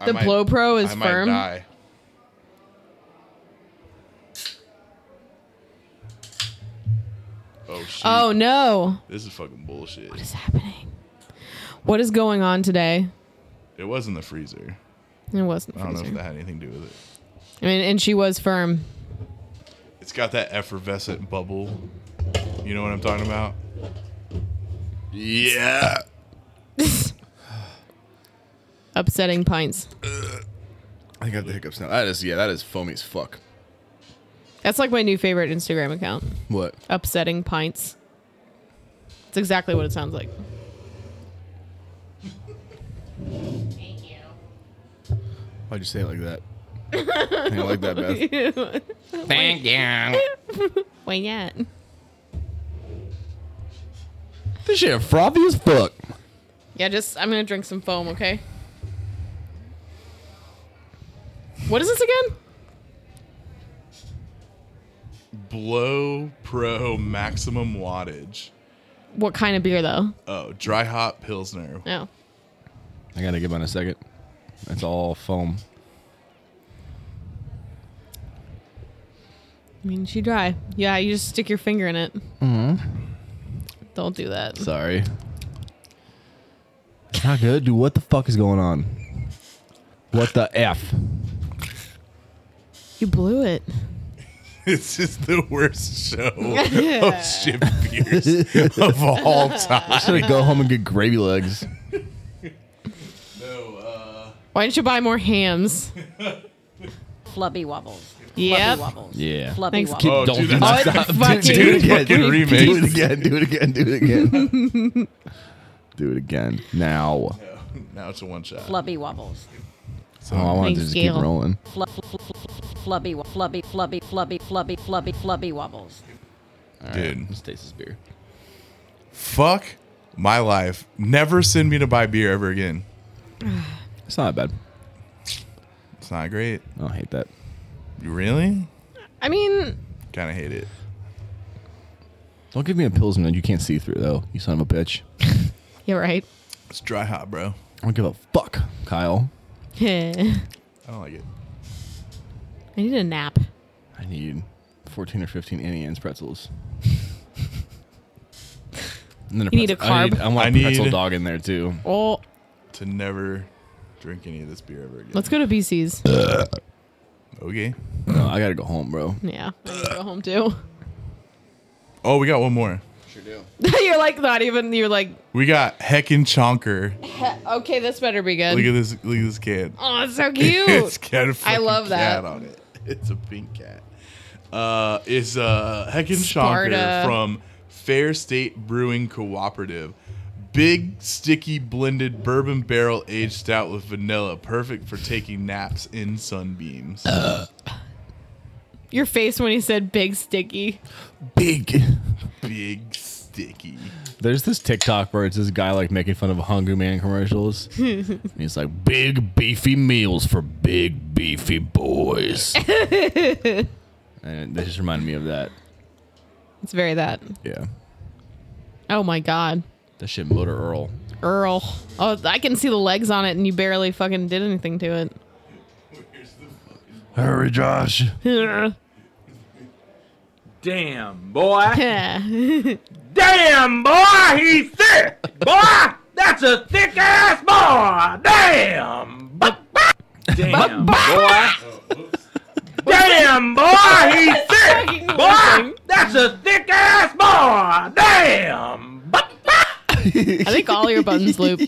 Speaker 2: I
Speaker 3: Hmm. The
Speaker 2: might-
Speaker 3: blow pro is
Speaker 2: I might
Speaker 3: firm.
Speaker 2: die. Oh shit!
Speaker 3: Oh no.
Speaker 2: This is fucking bullshit.
Speaker 3: What is happening? What is going on today?
Speaker 2: It was in the freezer.
Speaker 3: It wasn't
Speaker 2: I don't know
Speaker 3: freezer.
Speaker 2: if that had anything to do with it.
Speaker 3: I mean, and she was firm.
Speaker 2: It's got that effervescent bubble. You know what I'm talking about? Yeah.
Speaker 3: Upsetting pints.
Speaker 1: I got the hiccups now. That is yeah, that is foamy as fuck.
Speaker 3: That's like my new favorite Instagram account.
Speaker 1: What?
Speaker 3: Upsetting pints. It's exactly what it sounds like.
Speaker 1: Why'd you say it like that? I think I like that, Beth.
Speaker 4: Thank you.
Speaker 3: Why yet?
Speaker 1: This shit frothy as fuck.
Speaker 3: Yeah, just I'm gonna drink some foam, okay? What is this again?
Speaker 2: Blow Pro maximum wattage.
Speaker 3: What kind of beer though? Oh.
Speaker 2: Oh, dry hop pilsner.
Speaker 3: No.
Speaker 1: I gotta give on a second. That's all foam.
Speaker 3: I mean, she dry. Yeah, you just stick your finger in it. Mm-hmm. Don't do that.
Speaker 1: Sorry. Not good, dude. What the fuck is going on? What the f?
Speaker 3: You blew it.
Speaker 2: This is the worst show of ship beers of all time.
Speaker 1: Should I go home and get gravy legs?
Speaker 2: No, uh,
Speaker 3: Why didn't you buy more hams?
Speaker 4: Flubby wobbles.
Speaker 3: Yep.
Speaker 4: Flubby wobbles.
Speaker 1: Yeah.
Speaker 4: Flubby
Speaker 3: Thanks,
Speaker 4: wobbles.
Speaker 3: Keith.
Speaker 2: oh,
Speaker 1: Don't
Speaker 2: dude,
Speaker 1: do
Speaker 2: that's-
Speaker 1: that.
Speaker 3: Stop. Fucking-
Speaker 1: do it again.
Speaker 2: Fucking
Speaker 1: Do it,
Speaker 2: remix.
Speaker 1: do it again. Do it again. Do it again. do it again. Now.
Speaker 2: now it's a one shot.
Speaker 4: Flubby wobbles.
Speaker 1: So I want
Speaker 3: Thanks,
Speaker 1: to just
Speaker 3: Gail.
Speaker 1: keep rolling.
Speaker 4: Flu- flu- flu- flu- Flubby, wo- flubby, flubby, flubby, flubby, flubby, flubby wobbles.
Speaker 2: Dude.
Speaker 1: Let's taste this beer.
Speaker 2: Fuck my life. Never send me to buy beer ever again.
Speaker 1: It's not bad.
Speaker 2: It's not great.
Speaker 1: I don't hate that.
Speaker 2: You really?
Speaker 3: I mean,
Speaker 2: Kind of hate it.
Speaker 1: Don't give me a pilsner that you can't see through, though. You son of a bitch.
Speaker 3: you're right.
Speaker 2: It's dry hop, bro.
Speaker 1: I don't give a fuck, Kyle.
Speaker 3: I
Speaker 2: I don't like it.
Speaker 3: need a nap.
Speaker 1: I need 14 or 15 Annie Ann's pretzels. And then
Speaker 3: You need
Speaker 1: pretzel-
Speaker 3: a
Speaker 1: I, need,
Speaker 3: carb.
Speaker 1: I want
Speaker 2: I
Speaker 1: a pretzel
Speaker 2: need-
Speaker 1: dog in there too.
Speaker 3: Oh,
Speaker 2: To never drink any of this beer ever again.
Speaker 3: let's go to BC's.
Speaker 2: Uh. Okay.
Speaker 1: No, I gotta go home, bro.
Speaker 3: Yeah, I need to go home too.
Speaker 2: Oh, we got one more.
Speaker 1: Sure do.
Speaker 3: you're like not even. You're like,
Speaker 2: We got Heckin' Chonker.
Speaker 3: okay, this better be
Speaker 2: Look
Speaker 3: good.
Speaker 2: at this. Look at this kid.
Speaker 3: Oh, it's so
Speaker 2: it's
Speaker 3: cute.
Speaker 2: got a
Speaker 3: I
Speaker 2: fucking
Speaker 3: love that.
Speaker 2: cat on it. It's a pink cat. Uh, it's uh, Heckin
Speaker 3: Sparta.
Speaker 2: Shonker from Fair State Brewing Cooperative. Big, sticky, blended bourbon barrel aged stout with vanilla. Perfect for taking naps in sunbeams.
Speaker 3: Your face when he said big sticky.
Speaker 1: Big.
Speaker 2: Big, sticky.
Speaker 1: There's this TikTok where it's this guy like making fun of Hungry Man commercials. and he's like, big beefy meals for big beefy boys. and that just reminded me of that.
Speaker 3: It's very that.
Speaker 1: Yeah.
Speaker 3: Oh my god.
Speaker 1: That shit, Motor Earl.
Speaker 3: Earl. Oh, I can see the legs on it, and you barely fucking did anything to it.
Speaker 1: Hurry, Josh.
Speaker 5: Damn, boy.
Speaker 3: yeah.
Speaker 5: Damn, boy. He's thick. Boy, that's a thick ass boy. Damn. bu- bu- Damn, boy. Damn, boy. He's thick. Boy, that's a thick ass boy. Damn. bu- bu-
Speaker 3: I think all your buttons loop.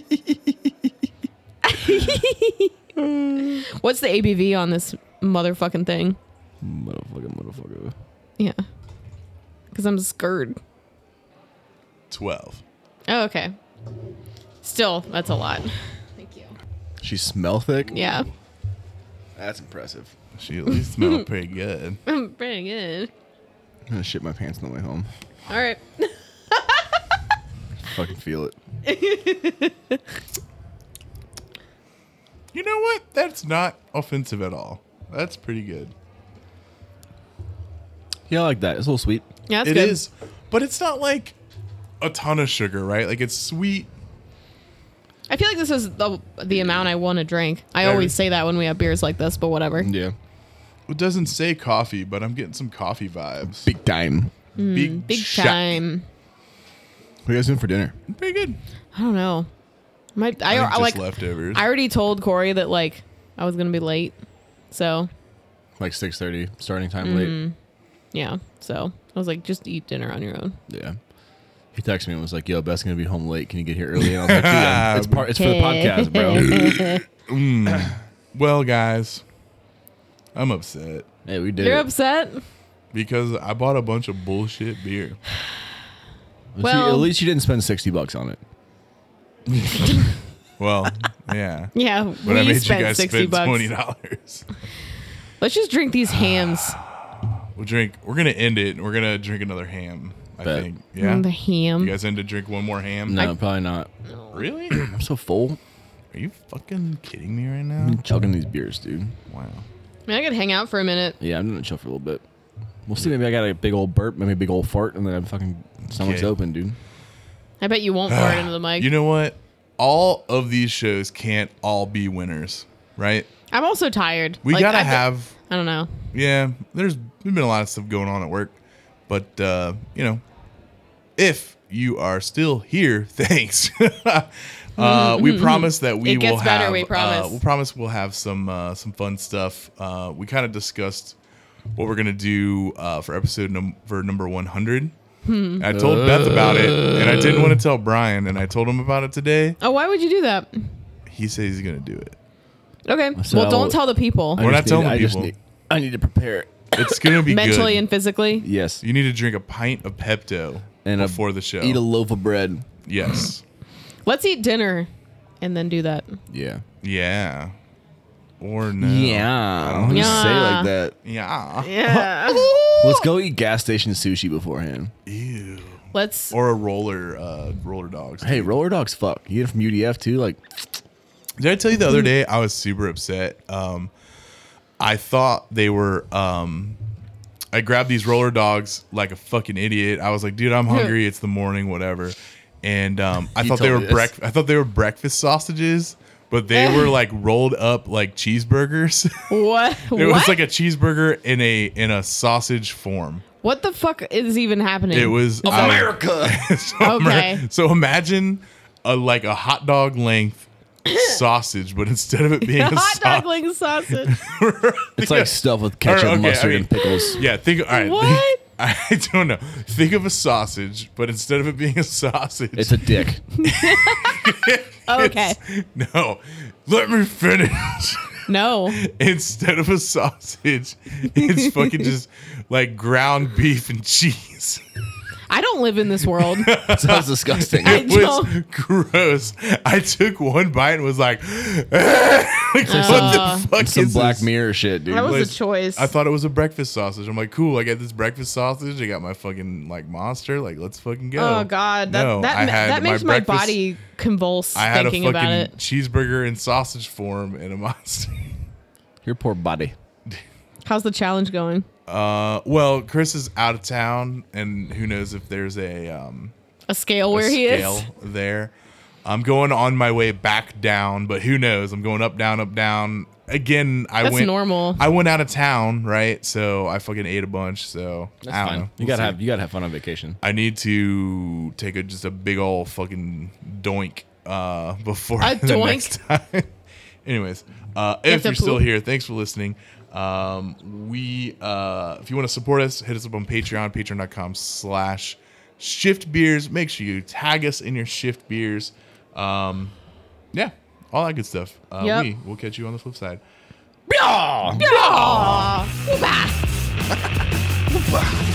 Speaker 3: What's the ABV on this motherfucking thing?
Speaker 1: Motherfucker, motherfucker.
Speaker 3: Yeah. Because I'm scared.
Speaker 2: 12.
Speaker 3: Oh, okay. Still, that's a lot. Thank you.
Speaker 1: She smell thick?
Speaker 3: Yeah.
Speaker 1: That's impressive.
Speaker 2: She at least smelled pretty good.
Speaker 3: Pretty good.
Speaker 1: I'm gonna shit my pants on the way home.
Speaker 3: All right.
Speaker 1: Fucking feel it.
Speaker 2: You know what? That's not offensive at all. That's pretty good.
Speaker 1: Yeah, I like that. It's a little sweet.
Speaker 3: Yeah, that's
Speaker 2: It
Speaker 3: good.
Speaker 2: is, but it's not like a ton of sugar, right? Like it's sweet.
Speaker 3: I feel like this is the the amount I want to drink. I
Speaker 2: Very-
Speaker 3: always say that when we have beers like this, but whatever.
Speaker 1: Yeah.
Speaker 2: It doesn't say coffee, but I'm getting some coffee vibes.
Speaker 1: Big time.
Speaker 2: big,
Speaker 3: Mm, Big
Speaker 2: shot.
Speaker 3: time.
Speaker 1: What you guys doing for dinner?
Speaker 2: Pretty good.
Speaker 3: I don't know. My I,
Speaker 2: I think
Speaker 3: I
Speaker 2: just
Speaker 3: like
Speaker 2: leftovers.
Speaker 3: I already told Corey that like I was gonna be late, so
Speaker 1: Like 6.30, starting time late.
Speaker 3: yeah. So I was like, just eat dinner on your own.
Speaker 1: Yeah. He texted me and was like, yo, Beth's gonna be home late. Can you get here early? And I was like, yeah, it's, part, it's for the podcast, bro.
Speaker 2: well, guys, I'm upset
Speaker 1: hey, we did
Speaker 3: You're
Speaker 1: it.
Speaker 3: upset.
Speaker 2: because I bought a bunch of bullshit beer.
Speaker 1: At least you-
Speaker 3: Well-
Speaker 1: at least you didn't spend 60 bucks on it.
Speaker 2: Well, yeah.
Speaker 3: Yeah,
Speaker 2: But
Speaker 3: we
Speaker 2: I made
Speaker 3: spent
Speaker 2: you guys
Speaker 3: sixty
Speaker 2: spend
Speaker 3: bucks.
Speaker 2: twenty dollars.
Speaker 3: Let's just drink these hams.
Speaker 2: We'll drink. We're gonna end it. and We're gonna drink another ham. I
Speaker 1: Bet.
Speaker 2: think. Yeah.
Speaker 3: The ham.
Speaker 2: You guys end to drink one more ham?
Speaker 1: No, probably not.
Speaker 2: Really?
Speaker 1: I'm so full.
Speaker 2: Are you fucking kidding me right
Speaker 3: Mm.
Speaker 2: now?
Speaker 1: Chugging these beers, dude.
Speaker 2: Wow.
Speaker 3: I mean, I could hang out for a minute.
Speaker 1: Yeah, I'm gonna chill for a little bit. We'll see. Maybe I got a big old burp, maybe a big old fart, and then I'm fucking someone's
Speaker 2: Okay.
Speaker 1: open, dude.
Speaker 3: I bet you won't fart into the mic.
Speaker 2: You know what? All of these shows can't all be winners, right?
Speaker 3: I'm also tired.
Speaker 2: We
Speaker 3: Like,
Speaker 2: gotta
Speaker 3: I fe-
Speaker 2: have.
Speaker 3: I don't know.
Speaker 2: Yeah, there's been a lot of stuff going on at work, but uh, you know, if you are still here, thanks. uh, we promise that we
Speaker 3: Mm-hmm, It gets
Speaker 2: will have.
Speaker 3: better, we promise.
Speaker 2: Uh, we'll promise we'll have some uh, some fun stuff. Uh, we kind of discussed what we're gonna do uh, for episode num- for number 100.
Speaker 3: Hmm.
Speaker 2: I told Beth about it, and I didn't want to tell Brian, and I told him about it today.
Speaker 3: Oh, why would you do that?
Speaker 2: He says he's gonna do it.
Speaker 3: Okay.
Speaker 1: So-
Speaker 3: well, don't tell the people
Speaker 2: We're
Speaker 1: I
Speaker 2: not
Speaker 1: just
Speaker 2: telling
Speaker 1: need, I just
Speaker 2: people.
Speaker 1: need- I need to prepare.
Speaker 2: It's gonna be
Speaker 3: mentally
Speaker 2: good.
Speaker 3: and physically.
Speaker 1: Yes,
Speaker 2: you need to drink a pint of Pepto
Speaker 1: and a-
Speaker 2: before the show.
Speaker 1: eat a loaf of bread.
Speaker 2: Yes.
Speaker 3: Let's eat dinner, and then do that.
Speaker 1: Yeah,
Speaker 2: Yeah. Or no.
Speaker 1: yeah. I don't
Speaker 3: Yeah.
Speaker 1: say it like that.
Speaker 2: Yeah.
Speaker 3: Yeah.
Speaker 1: Let's go eat gas station sushi beforehand.
Speaker 2: Ew.
Speaker 3: Let's.
Speaker 2: Or a roller, uh, roller dogs.
Speaker 1: Hey, roller dogs, fuck. You get it from UDF too? Like,
Speaker 2: Did I tell you the other day I was super upset? Um, I thought they were. Um, I grabbed these roller dogs like a fucking idiot. I was like, dude, I'm hungry. It's the morning, whatever. And um, I
Speaker 1: You
Speaker 2: thought they
Speaker 1: told
Speaker 2: were
Speaker 1: me this.
Speaker 2: breakfast. I thought they were breakfast sausages, but they were like rolled up like cheeseburgers.
Speaker 3: What?
Speaker 2: it
Speaker 3: what?
Speaker 2: was like a cheeseburger in a in a sausage form.
Speaker 3: what the fuck is even happening?
Speaker 2: It was
Speaker 1: um,
Speaker 2: I- so, ima-
Speaker 3: Okay.
Speaker 2: so imagine a like a hot dog length sausage, but instead of it being a
Speaker 3: hot dog
Speaker 2: sausage,
Speaker 3: ling sausage.
Speaker 1: it's like stuff with ketchup,
Speaker 2: Or, okay,
Speaker 1: mustard,
Speaker 2: I mean-
Speaker 1: and pickles.
Speaker 2: yeah, think all right.
Speaker 3: What?
Speaker 2: I don't know. Think of a sausage, but instead of it being a sausage,
Speaker 1: It's a dick.
Speaker 3: Oh, Okay.
Speaker 2: no. Let me finish.
Speaker 3: No.
Speaker 2: instead of a sausage, it's fucking just like ground beef and cheese.
Speaker 3: I don't live in this world.
Speaker 1: Sounds disgusting.
Speaker 3: I
Speaker 2: It was
Speaker 3: don't-
Speaker 2: gross. I took one bite and was like, like, what the fuck
Speaker 1: Some
Speaker 2: is
Speaker 1: Black
Speaker 2: this?
Speaker 1: Mirror shit, dude.
Speaker 3: That was
Speaker 2: Place-
Speaker 3: a choice.
Speaker 2: I thought it was a breakfast sausage. I'm like, cool. I got this breakfast sausage. I got my fucking like monster. Like, let's fucking go.
Speaker 3: oh god, that that, ma- that makes my,
Speaker 2: breakfast-
Speaker 3: body convulse
Speaker 2: I had a
Speaker 3: thinking
Speaker 2: fucking
Speaker 3: about it.
Speaker 2: cheeseburger in sausage form and a monster.
Speaker 1: Your poor body.
Speaker 3: How's the challenge going?
Speaker 2: Uh, well, Chris is out of town, and who knows if there's a um
Speaker 3: a scale where he
Speaker 2: scale
Speaker 3: is.
Speaker 2: there. I'm going on my way back down, but who knows? I'm going up, down, up, down. Again, I
Speaker 3: That's
Speaker 2: went
Speaker 3: normal.
Speaker 2: I went out of town, right? So I fucking ate a bunch. So I don't
Speaker 1: Fine.
Speaker 2: know.
Speaker 1: You
Speaker 2: We'll
Speaker 1: gotta
Speaker 2: see.
Speaker 1: have you gotta have fun on vacation.
Speaker 2: I need to take a just a big old fucking doink uh, before
Speaker 3: A
Speaker 2: the
Speaker 3: doink?
Speaker 2: next time. Anyways, uh,
Speaker 3: have
Speaker 2: if
Speaker 3: to
Speaker 2: you're still
Speaker 3: poop.
Speaker 2: here, thanks for listening. Um, we uh, if you want to support us, hit us up on Patreon, patreon.com slash shift beers. Make sure you tag us in your shift beers. Um, yeah, all that good stuff. Uh,
Speaker 3: Yep.
Speaker 2: we, we'll catch you on the flip side.
Speaker 3: Aw. Goodbye.